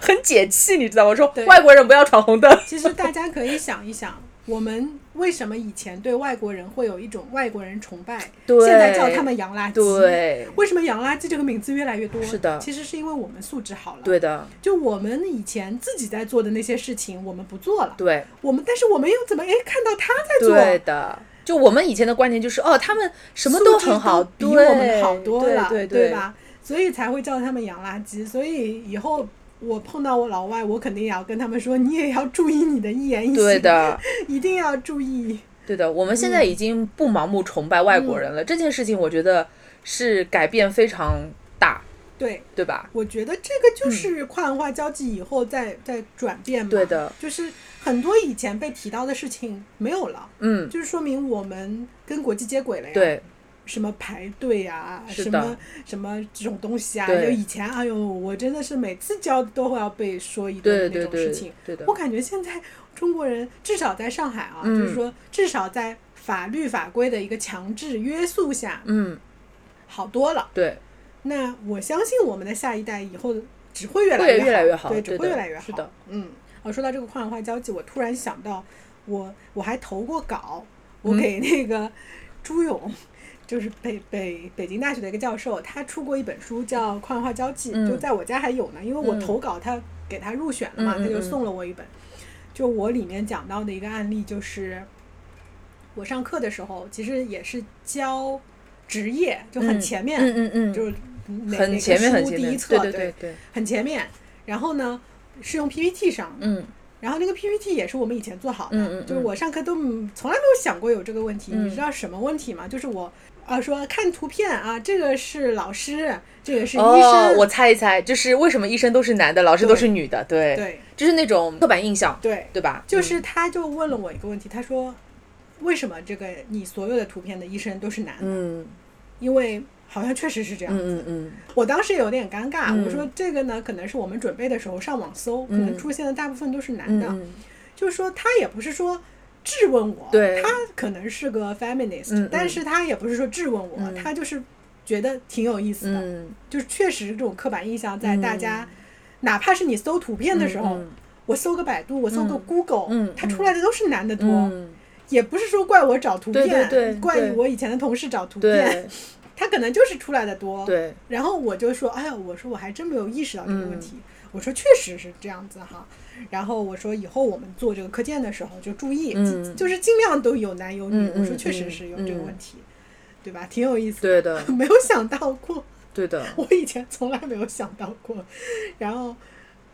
很解气，你知道吗？我说对外国人不要闯红灯，其实大家可以想一想，我们为什么以前对外国人会有一种外国人崇拜，对现在叫他们洋垃圾？，对为什么洋垃圾这个名字越来越多？是的其实是因为我们素质好了。，对的就我们以前自己在做的那些事情，我们不做了。对我们，但是我们又怎么哎看到他在做？对的。就我们以前的观念就是，哦，他们什么素都质很好，比我们对好多了，对对对？吧？所以才会叫他们洋垃圾。所以以后我碰到我老外，我肯定也要跟他们说，你也要注意你的一言一行，对，的，一定要注意。对的，我们现在已经不盲目崇拜外国人嗯了，这件事情我觉得是改变非常大，对，对吧？我觉得这个就是跨文化交际以后再、再转变嘛。对的，就是很多以前被提到的事情没有了，嗯，就是说明我们跟国际接轨了呀。。对，什么排队啊，是什的么什么这种东西啊，对就以前哎呦，我真的是每次教都会要被说一对顿那对种事情对。，对的我，感觉现在中国人至少在上海啊，嗯就是说至少在法律法规的一个强制约束下，嗯，好多了。对，那我相信我们的下一代以后只会越来会好，越来越好对，对的只会越来越好。是的，嗯。哦，说到这个跨文化交际，我突然想到我，我还投过稿，我嗯给那个朱勇，就是北北北京大学的一个教授，他出过一本书叫《跨文化交际》，嗯就在我家还有呢，因为我投稿他给他入选了嘛，嗯嗯他就嗯送了我一本。就我里面讲到的一个案例，就是我上课的时候，其实也是教职业，就很嗯前面，嗯嗯嗯，就是哪哪很个前面，很书前第一面，册，对对对对，很前面。然后呢，是用 PPT 上的，嗯然后那个 PPT 也是我们以前做好的，嗯嗯就是嗯我上课都嗯从来没有想过有这个问题。你嗯知道什么问题吗？就是我啊说看图片啊，这个是老师，这个是医生，哦，我猜一猜，就是为什么医生都是男的，老师都是女的，对，对就是那种刻板印象，对，对吧？就是他就问了我一个问题，他说为什么这个你所有的图片的医生都是男的？嗯，因为好像确实是这样。嗯嗯嗯我当时有点尴尬，嗯我说这个呢，可能是我们准备的时候上网搜，可能出现的大部分都是男嗯的，嗯，就是说他也不是说质问我，对他可能是个 feminist，、嗯嗯但是他也不是说质问我，嗯他就是觉得挺有意思的，嗯，就是确实这种刻板印象在大家，哪怕是你搜图片的时候，嗯我搜个百度，我搜个嗯 Google，、嗯它出来的都是男的多，嗯，也不是说怪我找图片，对对对怪对我以前的同事找图片，对，他可可能就是出来的多。对，然后我就说，哎呀，我说我还真没有意识到这个问嗯题，我说确实是这样子哈。然后我说以后我们做这个课件的时候就注意，嗯就是尽量都有男有女。嗯嗯嗯我说确实是有这个问题，对吧？挺有意思的，对的， (laughs) 没有想到过， (laughs) 对的，我以前从来没有想到过。然后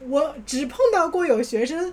我只碰到过有学生。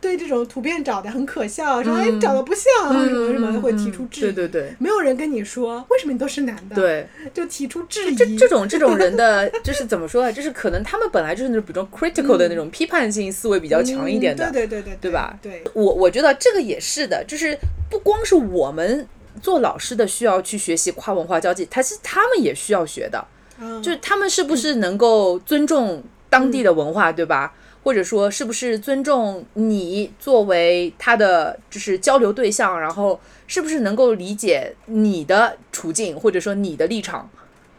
对这种图片找的很可笑，说哎嗯找的不像啊、嗯什么什么，会提出质疑。对对对没有人跟你说为什么你都是男的，对。就提出质疑。这这种这种人的，就是怎么说啊？就是可能他们本来就是那种比较 critical 的那种批判性思维比较强一点的。嗯对对对对，对吧对，我我觉得这个也是的，就是不光是我们做老师的需要去学习跨文化交际，他是他们也需要学的。嗯，就是他们是不是能够尊重当地的文化，对吧？或者说是不是尊重你作为他的就是交流对象，然后是不是能够理解你的处境或者说你的立场？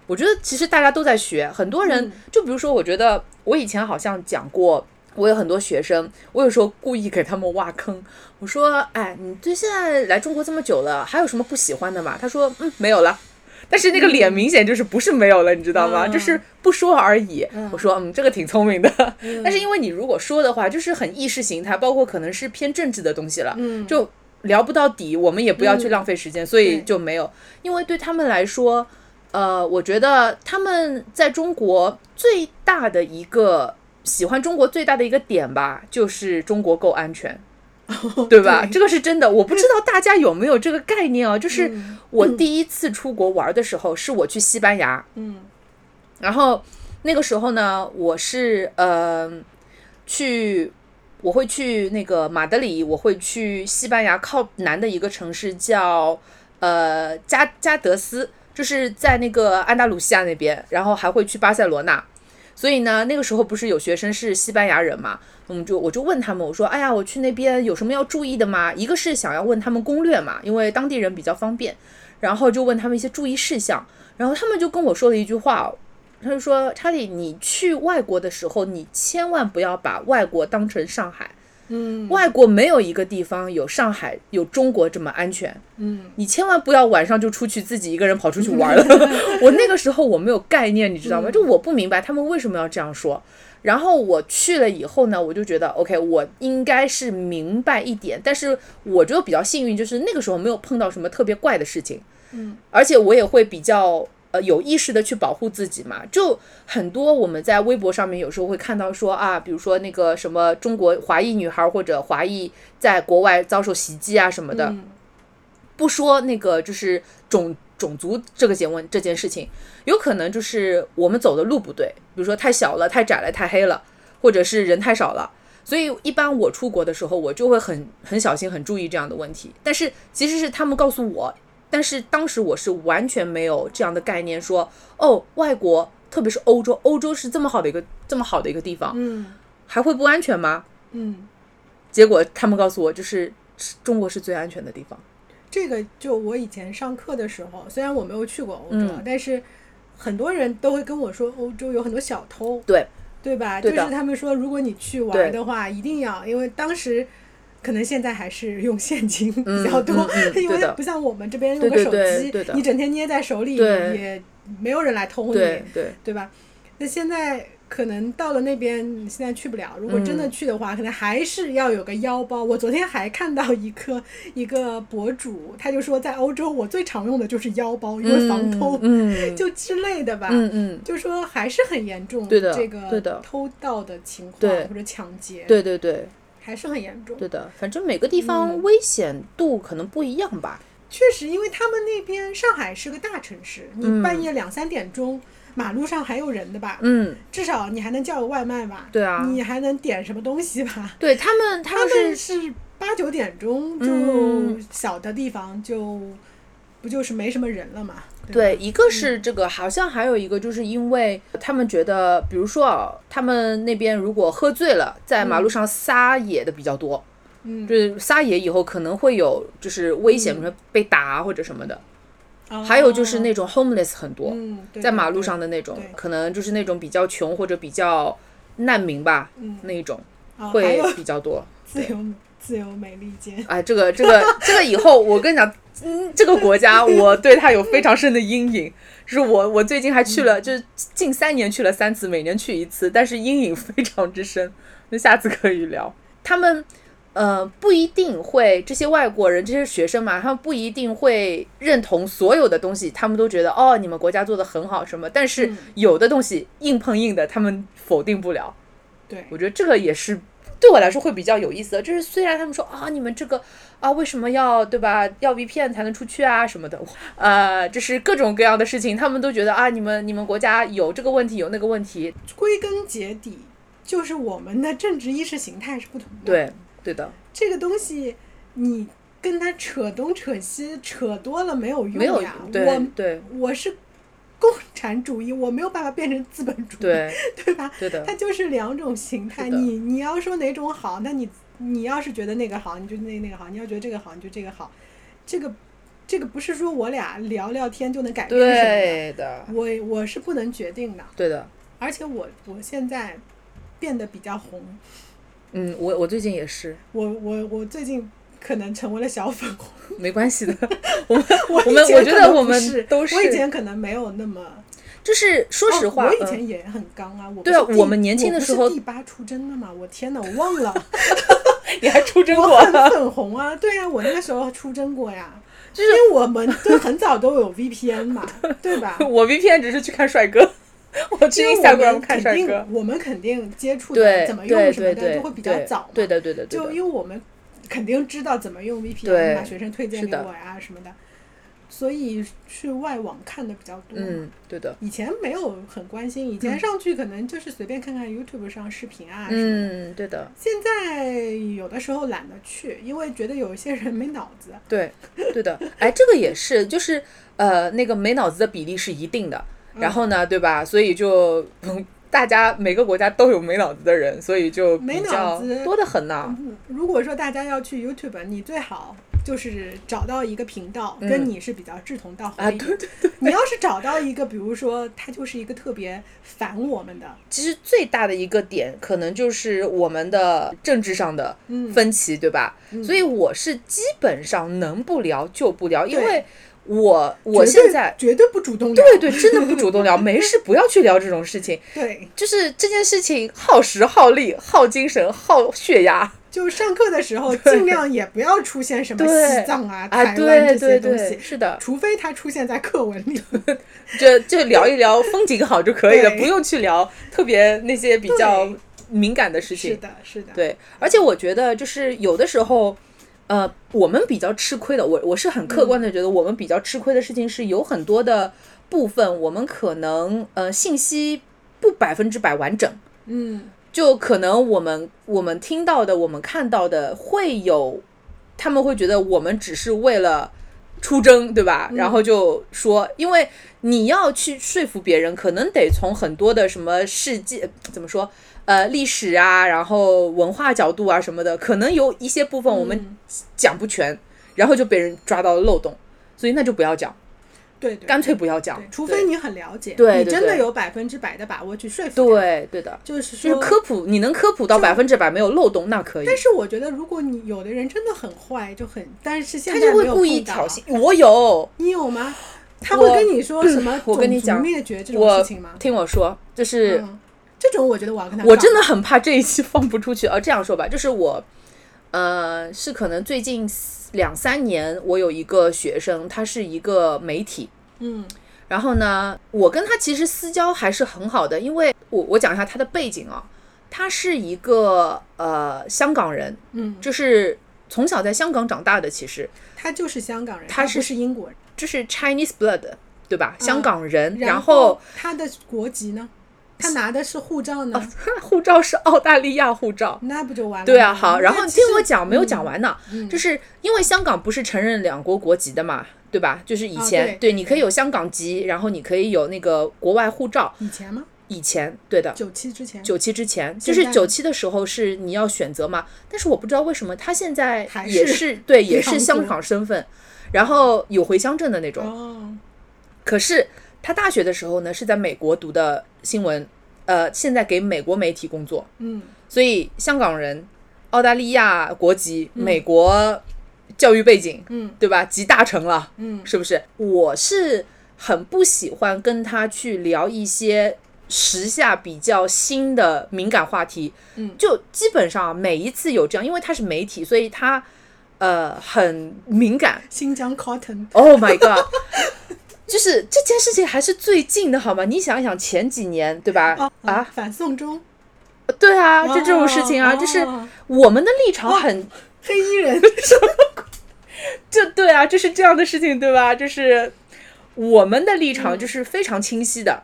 我觉得其实大家都在学，很多人、嗯就比如说，我觉得我以前好像讲过，我有很多学生，我有时候故意给他们挖坑，我说，哎，你对现在来中国这么久了，还有什么不喜欢的吗？他说，嗯，没有了。但是那个脸明显就是不是没有了，你知道吗？嗯就是不说而已。嗯我说，嗯，这个挺聪明的。嗯但是因为你如果说的话，就是很意识形态，包括可能是偏政治的东西了，嗯就聊不到底，我们也不要去嗯浪费时间，所以对就没有。因为对他们来说，呃，我觉得他们在中国最大的一个喜欢中国最大的一个点吧，就是中国够安全。对吧？这个是真的，我不知道大家有没有这个概念啊。就是嗯我第一次出国玩的时候，是我去西班牙，嗯然后那个时候呢，我是呃去，我会去那个马德里，我会去西班牙靠南的一个城市叫呃加加德斯，就是在那个安达鲁西亚那边，然后还会去巴塞罗那。所以呢，那个时候不是有学生是西班牙人嘛，我们就我就问他们，我说，哎呀，我去那边有什么要注意的吗？一个是想要问他们攻略嘛，因为当地人比较方便，然后就问他们一些注意事项，然后他们就跟我说了一句话，他就说：“查理，你去外国的时候，你千万不要把外国当成上海。嗯外国没有一个地方有上海、有中国这么安全。嗯你千万不要晚上就出去自己一个人跑出去玩 (laughs) 了。我那个时候我没有概念，你知嗯道吗？就我不明白他们为什么要这样说。然后我去了以后呢，我就觉得 OK，我应该是明白一点。但是我觉得比较幸运，就是那个时候没有碰到什么特别怪的事情。嗯，而且我也会比较。呃，有意识的去保护自己嘛，就很多我们在微博上面有时候会看到说啊，比如说那个什么中国华裔女孩或者华裔在国外遭受袭击啊什么的，嗯不说那个就是种种族这个结问这件事情，有可能就是我们走的路不对，比如说太小了、太窄了、太黑了，或者是人太少了。所以一般我出国的时候，我就会很很小心、很注意这样的问题。但是其实是他们告诉我，但是当时我是完全没有这样的概念说，哦，外国特别是欧洲，欧洲是这么好的一个这么好的一个地方，嗯还会不安全吗？嗯，结果他们告诉我，就是是中国是最安全的地方。这个就我以前上课的时候，虽然我没有去过欧洲，啊嗯但是很多人都会跟我说，欧洲有很多小偷，对，对吧？对就的是他们说，如果你去玩对的话，一定要，因为当时。可能现在还是用现金 (laughs) 比较多，嗯嗯嗯对因为的不像我们这边用个对手机，对对对的你整天捏在手里，对也没有人来偷你，对对。对吧？那现在可能到了那边，你现在去不了。如果嗯真的去的话，可能还是要有个腰包。我昨天还看到一个 (laughs) 一个博主，他就说在欧洲我最常用的就是腰包， (laughs) 因为防偷、嗯就之类的吧。嗯嗯，就说还是很严重，对的这对个的偷盗的情况对或者抢劫，对对对还是很严重。对的，反正每个地方危险度可能不一样吧。确实，因为他们那边上海是个大城市，你嗯半夜两三点钟，马路上还有人的吧？嗯，至少你还能叫个外卖吧？对啊你还能点什么东西吧？对他们他他们们是是八九点钟就嗯小的地方就不就是没什么人了嘛？吧对，一个是这个，好像还有一个就是因为他们觉得，比如说啊，他们那边如果喝醉了，在马路上撒野的比较多，嗯就是撒野以后可能会有就是危险，比如说被打啊或者什么的。哦还有就是那种 homeless 很多，嗯，对在对马路对上的那种对，可能就是那种比较穷或者比较难民吧，嗯那一种啊还会有比较多。自由自由美利坚，哎，这个 (laughs) 这个这个以后我跟你讲，嗯，这个国家我对它有非常深的阴影。是我我最近还去嗯了，就是近三年去了三次，每年去一次，但是阴影非常之深。那下次可以聊。他们呃不一定会这些外国人这些学生嘛，他们不一定会认同所有的东西，他们都觉得哦你们国家做的很好什么，但是嗯有的东西硬碰硬的，他们否定不了。对，我觉得这个也是对我来说会比较有意思的。就是虽然他们说啊，你们这个啊为什么要对吧，要 VPN 才能出去啊什么的，呃，就是各种各样的事情，他们都觉得啊，你们你们国家有这个问题，有那个问题。归根结底就是我们的政治意识形态是不同的。，对，对的，这个东西你跟他扯东扯西，扯多了没有用没有呀。对对我我是共产主义，我没有办法变成资本主义，对对吧？对的 (laughs) 它，就是两种形态。是的你你要说哪种好，那你你要是觉得那个好，你就那那个好；你要觉得这个好，你就这个好。这个这个不是说我俩聊聊天就能改变什对的么的，，我我是不能决定的。对的。而且我我现在变得比较红，嗯，我我最近也是，我我我最近可能成为了小粉红。 (laughs) 没关系的。我们我我们以前我觉可得能我不们是都我以是前可能没有那么，就是说实哦话，我以嗯前也很刚啊。我不对啊是第我们年轻的我不时是候第八出征的嘛，我天呐，我忘了。你还出征我过，很粉红啊，对啊，我那个时候出征过呀，就是因为我们都很早都有 VPN 嘛，对吧？ (laughs) 我 VPN 只是去看帅哥，我去因为我 Instagram 们看肯帅定哥。，我们肯定接触的对，怎么对用什么对的对就会比较对早嘛，对的，对的，对就的因为我们肯定知道怎么用 VPN 对嘛，学生推荐是给的我呀什么的，所以去外网看的比较多嘛。嗯，对的，以前没有很关心，以前嗯上去可能就是随便看看 YouTube 上视频啊什么的。嗯，对的，现在有的时候懒得去，因为觉得有一些人没脑子。对，对的。哎，这个也是，就是呃，那个没脑子的比例是一定的，嗯然后呢，对吧？所以就。嗯大家每个国家都有没脑子的人，所以就没比脑较子多的很呐。嗯如果说大家要去 YouTube，你最好就是找到一个频道、嗯跟你是比较志同道合啊，一点对对对，你要是找到一个，比如说他就是一个特别烦我们的，其实最大的一个点，可能就是我们的政治上的嗯，分歧，对吧？嗯所以我是基本上能不聊就不聊，因对为我绝我对现在绝对不主动聊对对，真的不主动聊，没事不要去聊这种事情，对，就是这件事情耗时耗力耗精神耗血压，就上课的时候对尽量也不要出现什么对西藏啊、啊，台湾对这些对东对，西，是的，除非它出现在课文里。就就聊一聊风景好就可以了，对不用去聊特别那些比较对敏感的事是情。的，是的，对，而且我觉得就是有的时候，呃，我们比较吃亏的，我我是很客观嗯的觉得我们比较吃亏的事情是有很多的部分，我们可能呃信息不百分之百完整，嗯，就可能我们我们听到的，我们看到的会有，他们会觉得我们只是为了。出征对吧？嗯然后就说，因为你要去说服别人，可能得从很多的什么世界怎么说，呃，历史啊，然后文化角度啊什么的，可能有一些部分我们嗯讲不全，然后就被人抓到了漏洞，所以那就不要讲，对对，干脆不要讲对，，除非你很了解，对对你真的对有百分之百的把握去说服对他，对对的，就是就是说科普，你能科普到百分之百没有漏洞，那可以。但是我觉得，如果你有的人真的很坏，就很，但是现他在就没会有啊故意碰挑到衅。我有，你有吗？他会跟你说什 (clears throat) 么我跟你种族讲灭绝这种我事情吗？听我说，就是、嗯，这种我觉得我要跟他，我真的很怕这一期放不出去。呃，这样说吧，就是我，呃，是可能最近两三年，我有一个学生，他是一个媒体，嗯然后呢，我跟他其实私交还是很好的，因为我我讲一下他的背景啊、他是一个呃香港人，嗯，就是从小在香港长大的，其实他就是香港人，他他不是是英国人，就是 Chinese blood，对吧？香港人，嗯然后他的国籍呢？他拿的是护照呢， (laughs) 护照是澳大利亚护照。那不就完了吗？哦对啊，好，然后嗯那其听实我讲，没有讲完呢，嗯就是因为香港不是承认两国国籍的嘛，对吧？就是以哦前、对你可以有香港籍，然后你可以有那个国外护照。以前吗？以前对的，九七之前，哦九七之前，就现是在九七的时候是你要选择嘛，但是我不知道为什么他现在还也是是对也两是国香港身份，然后有回乡证的那种，哦，可是他大学的时候呢是在美国读的新闻，呃，现在给美国媒体工作，嗯，所以香港人、澳大利亚国籍、美国教育背景，嗯对吧？集大成了，嗯是不是？我是很不喜欢跟他去聊一些时下比较新的敏感话题。嗯就基本上每一次有这样，因为他是媒体，所以他呃很敏感。新疆 cotton， Oh my (laughs) god！就是这件事情还是最近的好吗？你想一想前几年对吧？哦啊，反送中，对啊，就这种事情啊，哦就是我们的立场很，黑衣 (laughs) 人，这对啊，就是这样的事情，对吧？就是我们的立场就是非常清晰的。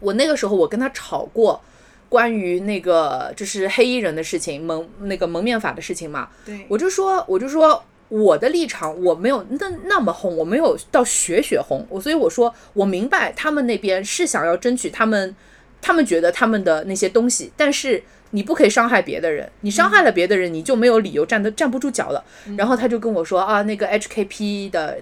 我那个时候我跟他吵过关于那个就是黑衣人的事情，蒙那个蒙面法的事情嘛，对，我就说我就说。我的立场我没有那那么红，我没有到血血红，我所以我说我明白他们那边是想要争取他们他们觉得他们的那些东西，但是你不可以伤害别的人，你伤害了别的人，你就没有理由站得站不住脚了。然后他就跟我说啊，那个 HKP 的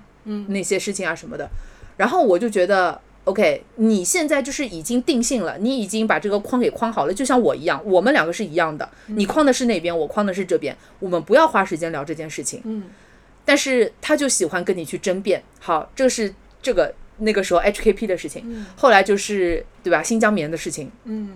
那些事情啊什么的，然后我就觉得。OK，你现在就是已经定性了，你已经把这个框给框好了，就像我一样，我们两个是一样的，你框的是那边，我框的是这边，我们不要花时间聊这件事情。嗯，但是他就喜欢跟你去争辩。好，这是这个那个时候 HKP 的事情，后来就是对吧，新疆棉的事情，嗯，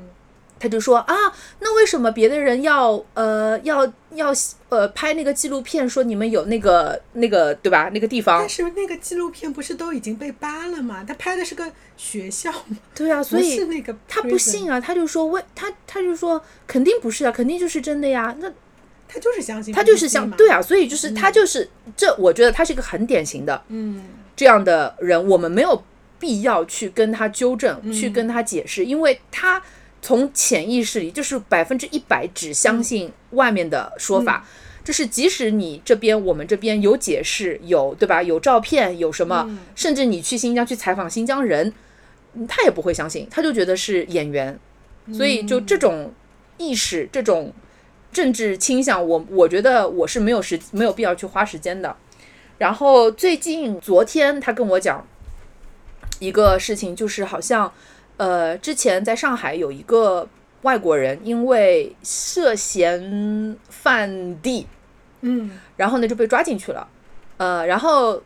他就说啊，那为什么别的人要呃要要呃拍那个纪录片，说你们有那个那个对吧那个地方但？是那个纪录片不是都已经被扒了吗？他拍的是个学校嘛，对啊， (laughs) 所不是以那个，他不，信啊，他就说为他他就说肯定不是啊，肯定就是真的呀。那他就是相信，他就是想对，啊，所以就是他就是这，我觉得他是一个很典型的嗯，这样的人，我们没有必要去跟他纠正，去跟他解释，因为他从潜意识里就是百分之一百只相信外面的说法。就是即使你这边我们这边有解释，有对吧？有照片，有什么？甚至你去新疆去采访新疆人，嗯他也不会相信，他就觉得是演员。所以就这种意识，这种政治倾向，我我觉得我是没有时没有必要去花时间的。然后最近昨天他跟我讲一个事情，就是好像呃之前在上海有一个外国人因为涉嫌犯地，嗯，然后呢就被抓进去了，呃，然后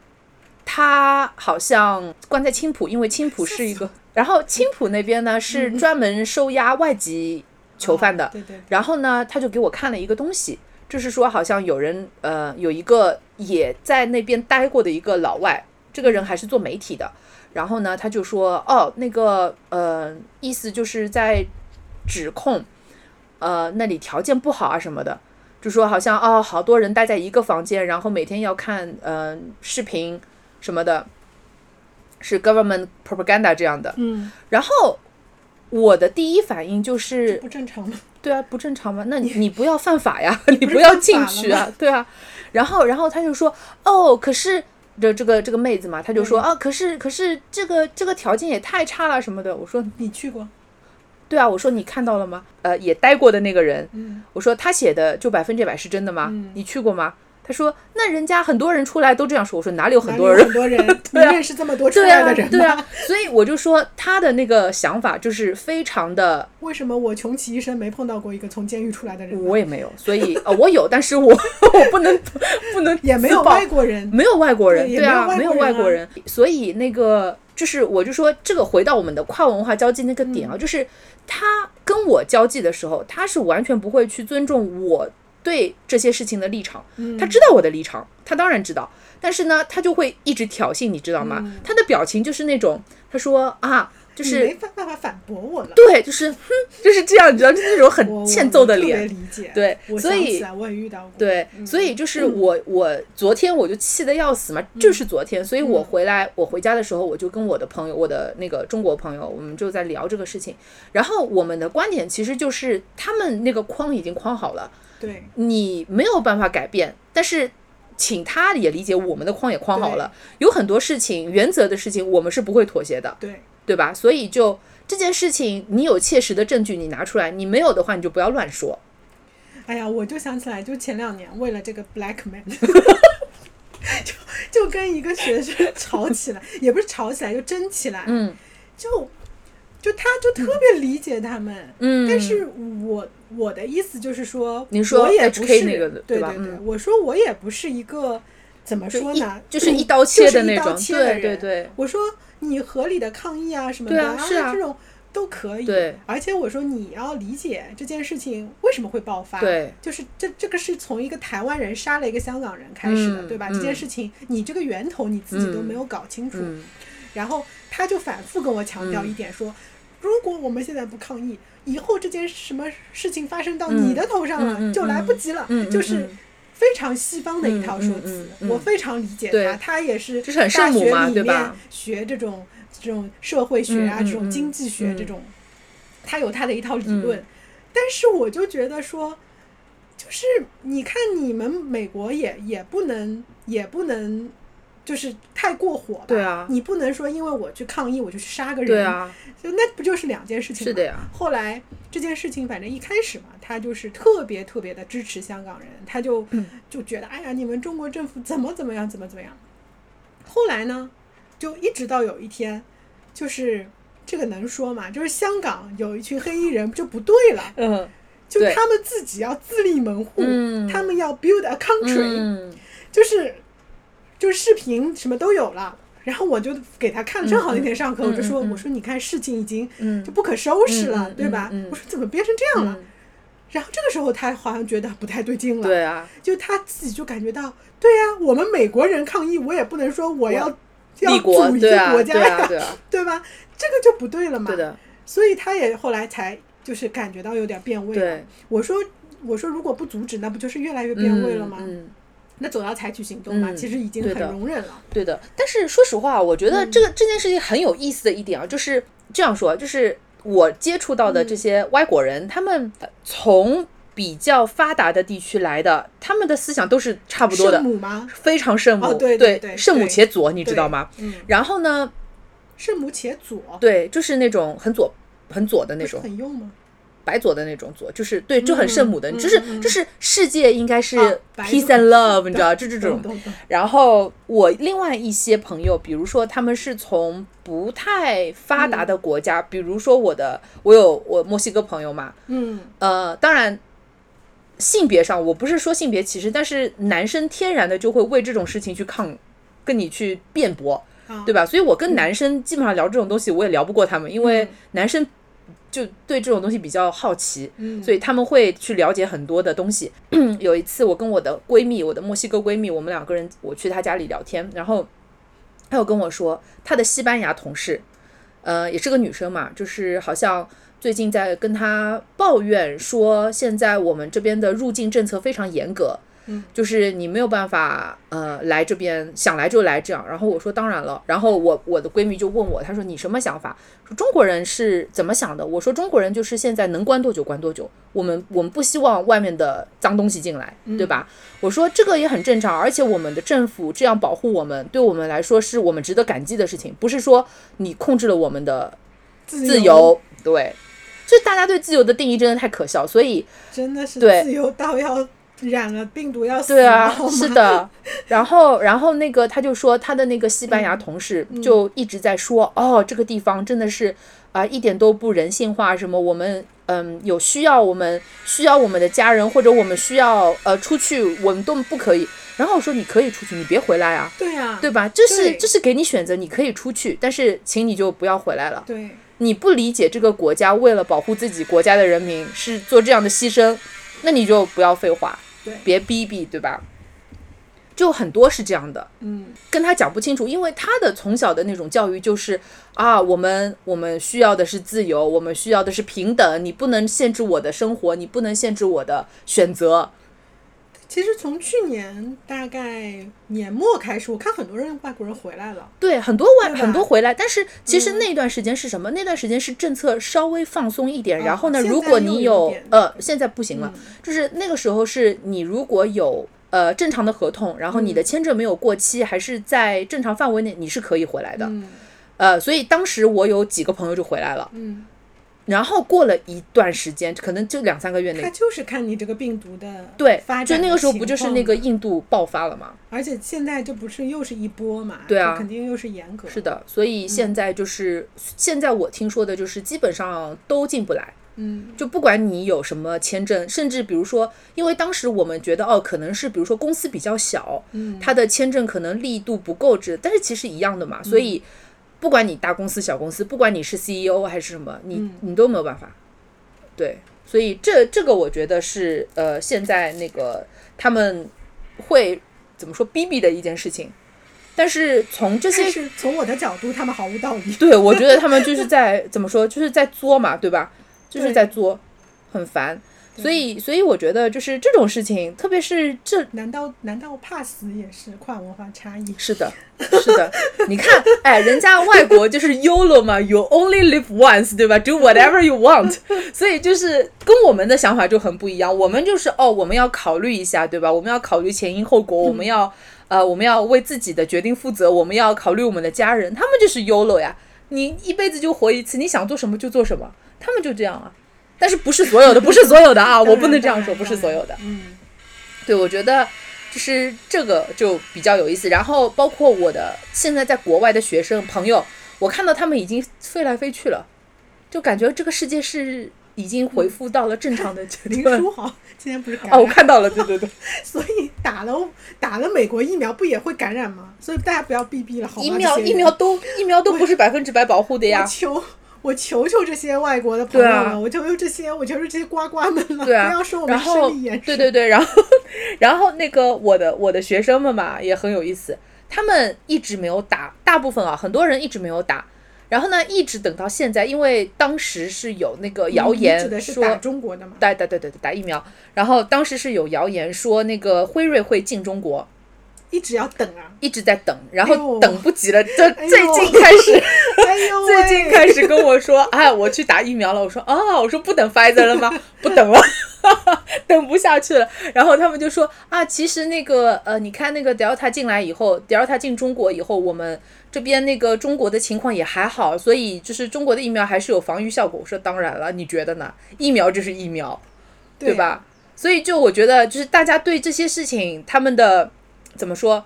他好像关在青浦，因为青浦 (laughs) 是嗯一个，然后青浦那边呢是专门收押外籍囚犯的啊，对对，然后呢，他就给我看了一个东西，就是说好像有人呃有一个也在那边待过的一个老外，这个人还是做媒体的。然后呢，他就说哦，那个呃，意思就是在指控呃那里条件不好啊什么的，就说好像哦好多人待在一个房间，然后每天要看呃视频什么的，是 government propaganda 这样的。嗯，然后我的第一反应就是不正常吗？对啊，不正常吗？那你你不要犯法 (laughs) 呀，你不要进去犯法啊，对啊。然后然后他就说，哦，可是这这个这个妹子嘛，他就说嗯啊，可是可是这个这个条件也太差了什么的。我说你去过？对啊，我说你看到了吗？呃，也待过的那个人，嗯，我说他写的就百分之百是真的吗？嗯你去过吗？他说那人家很多人出来都这样说。我说哪里有很哪里多有人？很多人，你 (laughs) 对啊认识这么多出对来啊的人，吗？对啊，所以我就说他的那个想法就是非常的为什么我穷其一生没碰到过一个从监狱出来的人呢？嗯我也没有，所以呃，我有，但是我我不能 (laughs) 不能也没有自曝外国人，没有外国人，对也对啊，没没有有外外国国人人，所以那个就是我就说这个回到我们的跨文化交际那个点嗯啊，就是他跟我交际的时候，他是完全不会去尊重我对这些事情的立场，嗯他知道我的立场，他当然知道，但是呢，他就会一直挑衅，你知道吗？他的表情就是那种他说啊，就嗯你是没办法反驳我了。对，就是哼，就是这样，你知道，就是那种我很我欠揍的特别脸，理解。对我所想以起来我也遇到过。，对，所以就是嗯我我昨天我就气得要死嘛，就是昨天，嗯所以我回来我回家的时候，我就跟我的朋友，我的那个中国朋友，我们就在聊这个事情。然后我们的观点其实就是他们那个框已经框好了，对，你没有办法改变，但是。请他也理解我们的框也框好了，有很多事情原则的事情我们是不会妥协的，对，对吧？所以就这件事情，你有切实的证据你拿出来，你没有的话你就不要乱说。哎呀，我就想起来，就前两年为了这个 black man，就就跟一个学生吵起来，也不是吵起来，就争起来，嗯就就他就特别理解他们，嗯，但是我我的意思就是说，你说我也 HK 不是那个的对对吧对对，嗯我说我也不是一个怎么就说一呢，嗯就是一刀切的那就是一刀种，切的对人对对，我说你合理的抗议啊什么对的，啊然后是啊这种都可以。对，而且我说你要理解这件事情为什么会爆发。对，就是这这个是从一个台湾人杀了一个香港人开始的，嗯对吧？嗯这件事情你这个源头你自己都嗯没有搞清楚，嗯，然后他就反复跟我强调一点说，如果我们现在不抗议，以后这件什么事情发生到嗯你的头上了，嗯嗯就来不及了，嗯嗯就是嗯非常西方的一套说嗯辞，嗯嗯嗯我非常理解对他，他也是这是很大圣母学嘛里对面吧学这种这种社会学啊，嗯嗯这种嗯经济学嗯这种，他有他的一套理论，但是我就觉得说。就是你看，你们美国也也不能也不能，就是太过火吧？对啊你不能说因为我去抗议，我就去杀个人，对啊，就那不就是两件事情吗？是的呀，后来这件事情，反正一开始嘛，他就是特别特别的支持香港人，他就嗯就觉得哎呀，你们中国政府怎么怎么样，怎么怎么样。后来呢，就一直到有一天，就是这个能说嘛，就是香港有一群黑衣人就不对了，嗯就对他们自己要自立门户，嗯他们要 build a country，、嗯，就是就是视频什么都有了。然后我就给他看，正好那天上课，嗯我就说：“嗯嗯我说你看，事情已经嗯就不可收拾了，嗯嗯对吧？嗯嗯我说怎么变成这样了？”嗯然后这个时候他好像觉得不太对劲了，对啊，就他自己就感觉到，对呀、我们美国人抗议，我也不能说我要我要立国组一对个啊，国家对呀，啊啊，对啊，对吧？这个就不对了嘛。对的，所以他也后来才就是感觉到有点变味了对。，我说我说如果不阻止，那不就是越来越变味了吗？嗯。嗯那总要采取行动嘛，嗯其实已经对很的容忍了。对的，但是说实话，我觉得嗯这个、这件事情很有意思的一点啊，就是这样说，啊就是我接触到嗯的这些外国人，他们呃从比较发达的地区来的，他们的思想都是差不多圣的，母吗？非常圣母，哦对对对对圣母对且左，你知对道吗？嗯，然后呢，圣母且左，对，就是那种很左。很左的那不是种，很右吗？白左的那种左，就是对，就很圣母的，嗯就是嗯嗯就是世界应该是啊白 peace 左 and love，你知 (laughs) 道，就这种懂，懂懂。然后我另外一些朋友，比如说他们是从不太发嗯达的国家，比如说我的，我有我墨西哥朋友嘛，嗯，呃，当然性别上我不是说性别歧视，但是男生天然的就会为这种事情去抗，跟你去辩驳，啊对吧？所以我跟男生基本上聊这种东西，我也聊不过他们，因为男生就对这种东西比较好奇，嗯，所以他们会去了解很多的东西。 (clears throat) 有一次，我跟我的闺蜜，我的墨西哥闺蜜，我们两个人我去她家里聊天，然后她有跟我说，她的西班牙同事，呃，也是个女生嘛，就是好像最近在跟她抱怨说，现在我们这边的入境政策非常严格。嗯就是你没有办法，呃，来这边想来就来这样。然后我说当然了，然后我我的闺蜜就问我，她说你什么想法？说中国人是怎么想的？我说中国人就是现在能关多久关多久，我们我们不希望外面的脏东西进来，对吧？我说这个也很正常，而且我们的政府这样保护我们，对我们来说是我们值得感激的事情，不是说你控制了我们的自自由，对。就大家对自由的定义真的太可笑，所以真的是对自由到要染了病毒要死对 (laughs) 啊掉，吗是，的。然后，然后那个他就说他的那个西班嗯牙同事就一直在说，哦，这个地方真的是啊、一点都不人性化，什么我们。嗯，有需要我们需要我们的家人，或者我们需要呃出去，我们都不可以。然后我说你可以出去，你别回来啊，对啊，对吧？这是对这是给你选择，你可以出去，但是请你就不要回来了。对你不理解这个国家为了保护自己国家的人民是做这样的牺牲，那你就不要废话，对别逼逼，对吧？就很多是这样的，嗯，跟他讲不清楚，因为他的从小的那种教育就是啊，我们我们需要的是自由，我们需要的是平等，你不能限制我的生活，你不能限制我的选择，其实从去年大概年末开始，我看很多人外国人回来了，对，很多外对吧嗯很多回来，但是其实那段时间是什么？那段时间是政策稍微放松一点，哦然后呢，现在如果又有你一有点呃，现在不行了，嗯就是那个时候是你如果有。呃，正常的合同，然后你嗯的签证没有过期，还是在正常范围内，你是可以回来的。嗯呃，所以当时我有几个朋友就回来了，嗯，然后过了一段时间，可能就两三个月他内，就是看你这个病毒的对发，就展，那个时候不就是那个，印度爆发了吗？而且现在这不是又是一波嘛，对啊就肯定又是严格，是，的，所嗯以现在就是、现在我听说的就是基本上都进不来，嗯就不管你有什么签证，甚至比如说，因为当时我们觉得哦，可能是比如说公司比较小，嗯，嗯它的签证可能力度不够之，但是其实一样的嘛，所以。不管你大公司小公司，不管你是 CEO 还是什么，你、嗯你都没有办法。对，所以这这个我觉得是呃，现在那个他们会怎么说逼逼的一件事情，但是从这些但是从我的角度，他们毫无道理。对，我觉得他们就是在 (laughs) 怎么说，就是在作嘛，对吧？就是对在作，很烦。所以，所以我觉得就是这种事情，特别是这，难道难道怕死也是跨文化差异？是的，是的。你看，哎，人家外国就是 YOLO 嘛，You only live once，对吧？Do whatever you want。所以就是跟我们的想法就很不一样。我们就是哦，我们要考虑一下，对吧？我们要考虑前因后果，我们要呃，我们要为自己的决定负责，我们要考虑我们的家人。他们就是 YOLO 呀，你一辈子就活一次，你想做什么就做什么，他们就这样啊。但是不是所有的，不是所有的啊，我不能这样说，不是所有的。嗯，对，我觉得就是这个就比较有意思。然后包括我的现在在国外的学生朋友，我看到他们已经飞来飞去了，就感觉这个世界是已经恢复到了正常的阶林段。书豪今天不是感哦，染，我看到了，对对对， (laughs) 所以打了打了美国疫苗不也会感染吗？所以大家不要避避了，好吗？疫苗这些疫人苗都疫苗都不是百分之百保护的我呀。求我求求这些外国的朋友对啊了，我求求这些我求求这些呱呱们 (laughs) 了，对啊，不要说我然们后生理延对伸。对对，然后然后那个我的我的学生们嘛也很有意思，他们一直没有打，大部分啊很多人一直没有打，然后呢一直等到现在，因为当时是有那个谣你指的言是说打中国的 (laughs) 嘛？打打对对对打疫苗，然后当时是有谣言说那个辉瑞会进中国，一直要等 (laughs) 啊！一直在等，然哎后呦等不及了，这哎呦最近开始。哎呦喂，最近开始跟我说，哎，我去打疫苗了。我说啊，我说不等 Pfizer 了吗？ (laughs) 不等了，等不下去了。然后他们就说啊，其实那个呃，你看那个 Delta 进来以后，Delta 进中国以后，我们这边那个中国的情况也还好，所以就是中国的疫苗还是有防御效果。我说当然了，你觉得呢？疫苗就是疫苗，对对？吧？所以就我觉得，就是大家对这些事情他们的怎么说，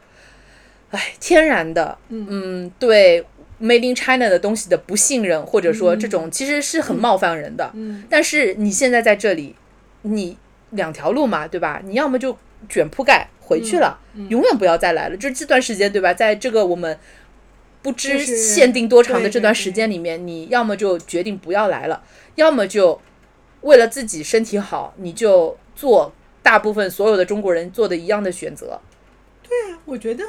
哎，天然的，嗯对 Made in China 的东西的不信任，或者说这种其实是很冒犯人的。嗯，但是你现在在这里，你两条路嘛，对吧？你要么就卷铺盖回去了，嗯永远不要再来了。就是这段时间，对吧？在这个我们不知就是限定多长的对这对段对时间里面，你要么就决定不要来了，要么就为了自己身体好，你就做大部分所有的中国人做的一样的选择。我觉得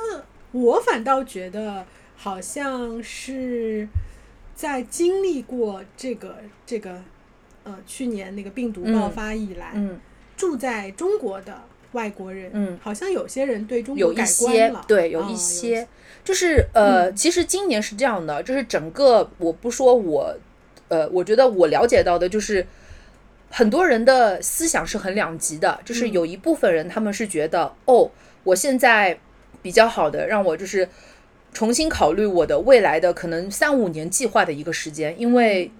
我反倒觉得好像是在经历过这个这个呃去年那个病毒爆发以来，嗯，住在中国的外国人，嗯好像有些人对中有国一改些观了，对，有嗯一些，就是呃，其实今年是这样的，就是整个我不说我，呃，我觉得我了解到的就是。很多人的思想是很两极的，就是嗯有一部分人他们是觉得，哦，我现在比较好的，让我就是重新考虑我的未来的可能三五年计划的一个时间，因为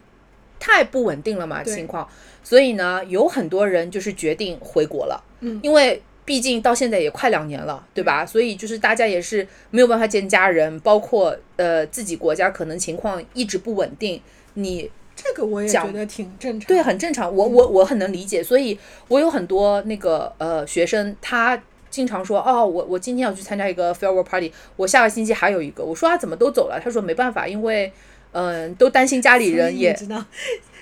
太不稳定了嘛嗯对情况，所以呢，有很多人就是决定回国了，嗯因为毕竟到现在也快两年了，对吧？所以就是大家也是没有办法见家人，包括呃自己国家可能情况一直不稳定，你这个我也讲觉得挺正常，对，很正常。我我我很能理解，所以我有很多那个呃学生，他经常说哦，我我今天要去参加一个 farewell party，我下个星期还有一个。我说啊，怎么都走了？他说没办法，因为嗯、都担心家里所以人你也知道，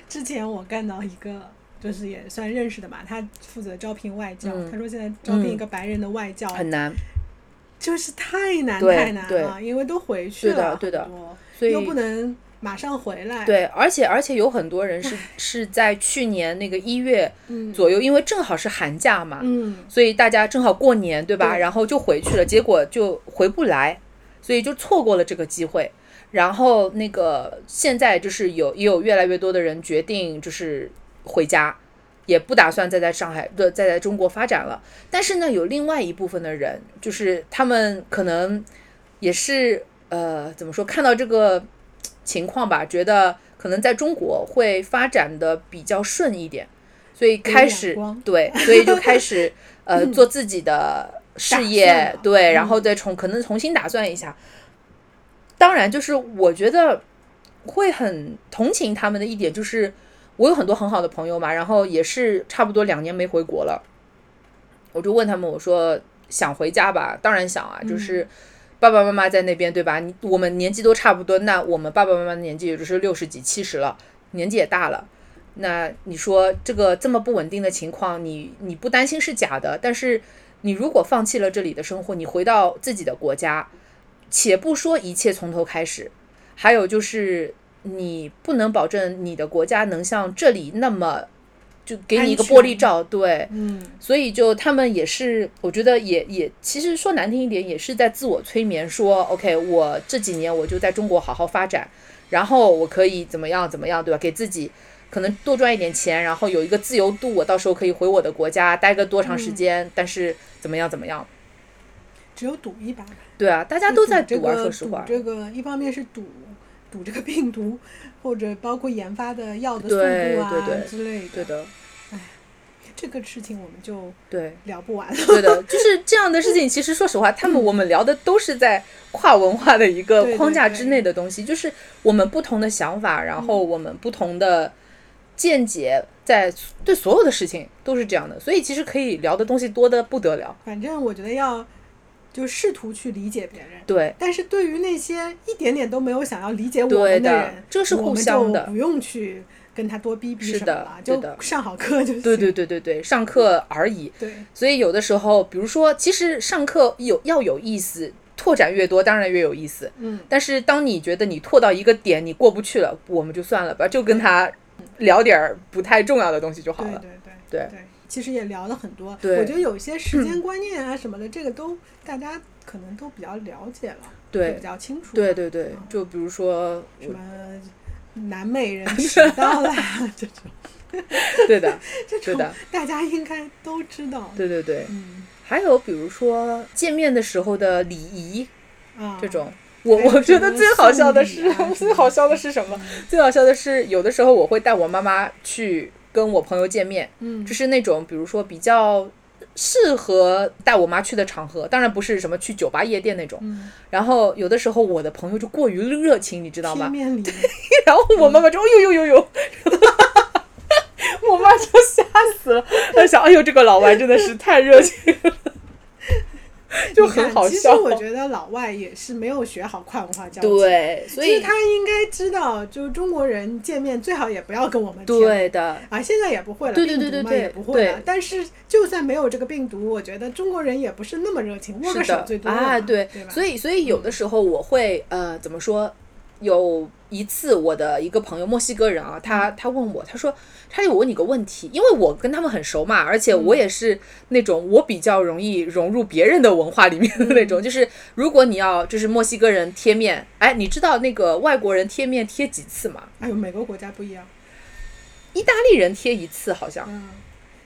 之前我干到一个。就是也算认识的吧，他负责招聘外教。嗯他说现在招聘嗯一个白人的外教，很难，就是太难对太难了，对因为都回去对了，的对的很多，所以又不能马上回来，，对，而且而且有很多人是是在去年那个一月嗯左右，因为正好是寒假嘛，嗯，所以大家正好过年，对吧？对然后就回去了，结果就回不来，所以就错过了这个机会。然后那个现在就是有也有越来越多的人决定就是回家，也不打算再在上海的再在中国发展了。但是呢，有另外一部分的人，就是他们可能也是呃怎么说，看到这个嘖情况吧，觉得可能在中国会发展的比较顺一点，所以开始有眼光对，所以就开始呃做自己的事打业算了，对，嗯然后再重可能重新打算一下。当然，就是我觉得会很同情他们的一点就是。我有很多很好的朋友嘛，然后也是差不多两年没回国嗯了，我就问他们，我说想回家吧，当然想啊，就是。爸爸妈妈在那边，对吧？你我们年纪都差不多，那我们爸爸妈妈的年纪也就是六十几、七十了，年纪也大了。那你说这个这么不稳定的情况，你你不担心是假的，但是你如果放弃了这里的生活，你回到自己的国家，且不说一切从头开始，还有就是你不能保证你的国家能像这里那么就给你一个安全玻璃罩，对，嗯，所以就他们也是，我觉得也也，其实说难听一点，也是在自我催眠说，OK，我这几年我就在中国好好发展，然后我可以怎么样怎么样，对吧？给自己可能多赚一点钱，然后有一个自由度，我到时候可以回我的国家待个多长时间，但是怎么样怎么样，只有赌一把。对啊，大大家都在这赌啊，个说实赌话，这个一方面是赌赌这个病毒，或者包括研发的药的速对度啊对对之类对的。的，这个事情我们就对。聊不完了。 (laughs) 对的，就是这样的事情。其实说实话，他们我们聊的都是在跨文化的一嗯对个对框架对嗯之内的东西，就是我们不同的想法，然后我们不同的见解，在对所有的事情都是这样的。所以其实可以聊的东西多的不得了。反正我觉得要就试图去理解别人。对，但是对于那些一点点都没有想要理解我对们的人，这是我互们相的就不用去跟他多逼逼是什么的了，对就的上好课就行。对对对对对，上课而已。对所以有的时候，比如说，其实上课有要有意思，拓展越多，当然越有意思。嗯，但是当你觉得你拓到一个点，你过不去了，我们就算了吧，就跟他聊点儿不太重要的东西就好对了。对对对对，其实也聊了很多。对嗯我觉得有些时间观念啊什么的，这个都大家可能都比较了解了，对都比较清楚。对对对，就比如说，什么南美人迟到啦， (laughs) 这种对的，这对种的，大家应该都知道。对对对，嗯还有比如说见面的时候的礼仪啊，这种。我还有我觉什得么最好笑的送是 (laughs) 礼啊什，么最好笑的是什么？最好笑的是，有的时候我会带我妈妈去跟我朋友见面，嗯就是那种比如说比较适合带我妈去的场合，当然不是什么去酒吧夜店那种。嗯，然后有的时候我的朋友就过于热情，你知道贴吗？面礼。然后我妈妈就哦呦呦呦 (laughs) 呦，我妈就吓死了，她想哎呦这个老外真的是太热情了， (laughs) 就你看很好其实笑。我觉得老外也是没有学好跨文化交际，，对，所其实他应该知道，就是中国人见面最好也不要跟我们贴对的，啊，现在也不会了，对对对病毒嘛对对也不会了对。但是就算没有这个病毒，我觉得中国人也不是那么热情，握个是手的最多了嘛啊，对对，吧？嗯所以所以有的时候我会呃怎么说？有一次我的一个朋友墨西哥人啊，他嗯他问我，他说他有问你个问题，因为我跟他们很熟嘛，而且嗯我也是那种我比较容易融入别人的文化里面的嗯那种，就是如果你要就是墨西哥人贴面，哎，你知道那个外国人贴面贴几次吗？哎呦，每个国家不一样，意大利人贴一次好像。嗯，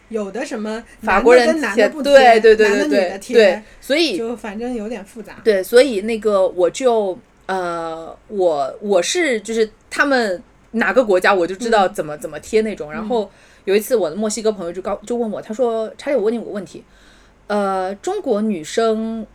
有的什么法国男人的跟男贴，的不贴，对对对男的对女对的贴，对，所以就反正有点复杂。对，所以那个我就呃，我我是就是他们哪个国家我就知道怎么、怎么贴那种。然后有一次我的墨西哥朋友就告就问我，他说：“查理，我问你个问题，呃，中国女生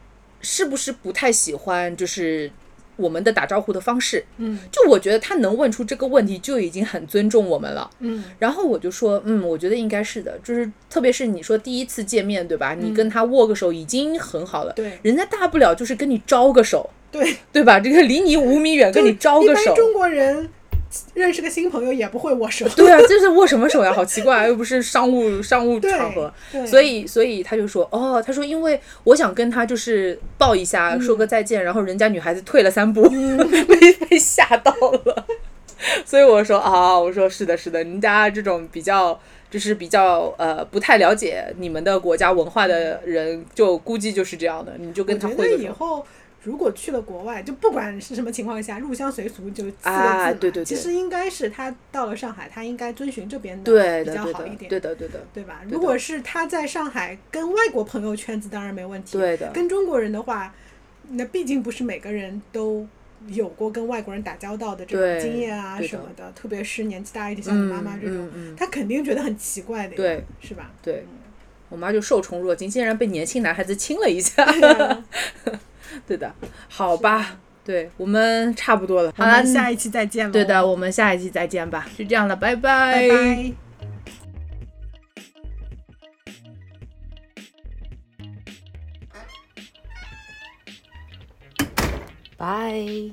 是不是不太喜欢就是我们的打招呼的方式？”嗯就我觉得他能问出这个问题就已经很尊重我们了。嗯，然后我就说，嗯，我觉得应该是的，就是特别是你说第一次见面，对吧？你跟他握个手已经很好了，嗯对人家大不了就是跟你招个手，对，对吧？这个离你五米远跟你招一个般手，中国人认识个新朋友也不会握手。对啊，这是握什么手呀？好奇怪，又不是商务商务对场合。对所以，所以他就说，哦，他说，因为我想跟他就是抱一嗯下，说个再见，然后人家女孩子退了三步， (laughs) 被被吓到了。 (laughs) 所以我说啊，我说是的，是的，人家这种比较就是比较呃不太了解你们的国家文化的人，就估计就是这样的，你就我跟他觉挥得个以手。后如果去了国外，就不管是什么情况下，入乡随俗就四个字嘛、啊对对对其实应该是他到了上海，他应该遵循这边对比的，较对好一的，点，对的，对的，对吧？的如果是他在上海跟外国朋友圈子，当然没问题。对的，跟中国人的话，那毕竟不是每个人都。有过跟外国人打交道的这种对经验啊对的什么的，特别是年纪大一点，像你嗯妈妈这种，嗯嗯，他肯定觉得很奇怪的呀，对是吧？对，我妈就受宠若惊，竟然被年轻男孩子亲了一下。嗯对的，好吧，对我们差不多了。 (laughs) 我好了们，下一期再见了。对，的，我们下一期再见吧。是这样的，拜拜拜拜。拜。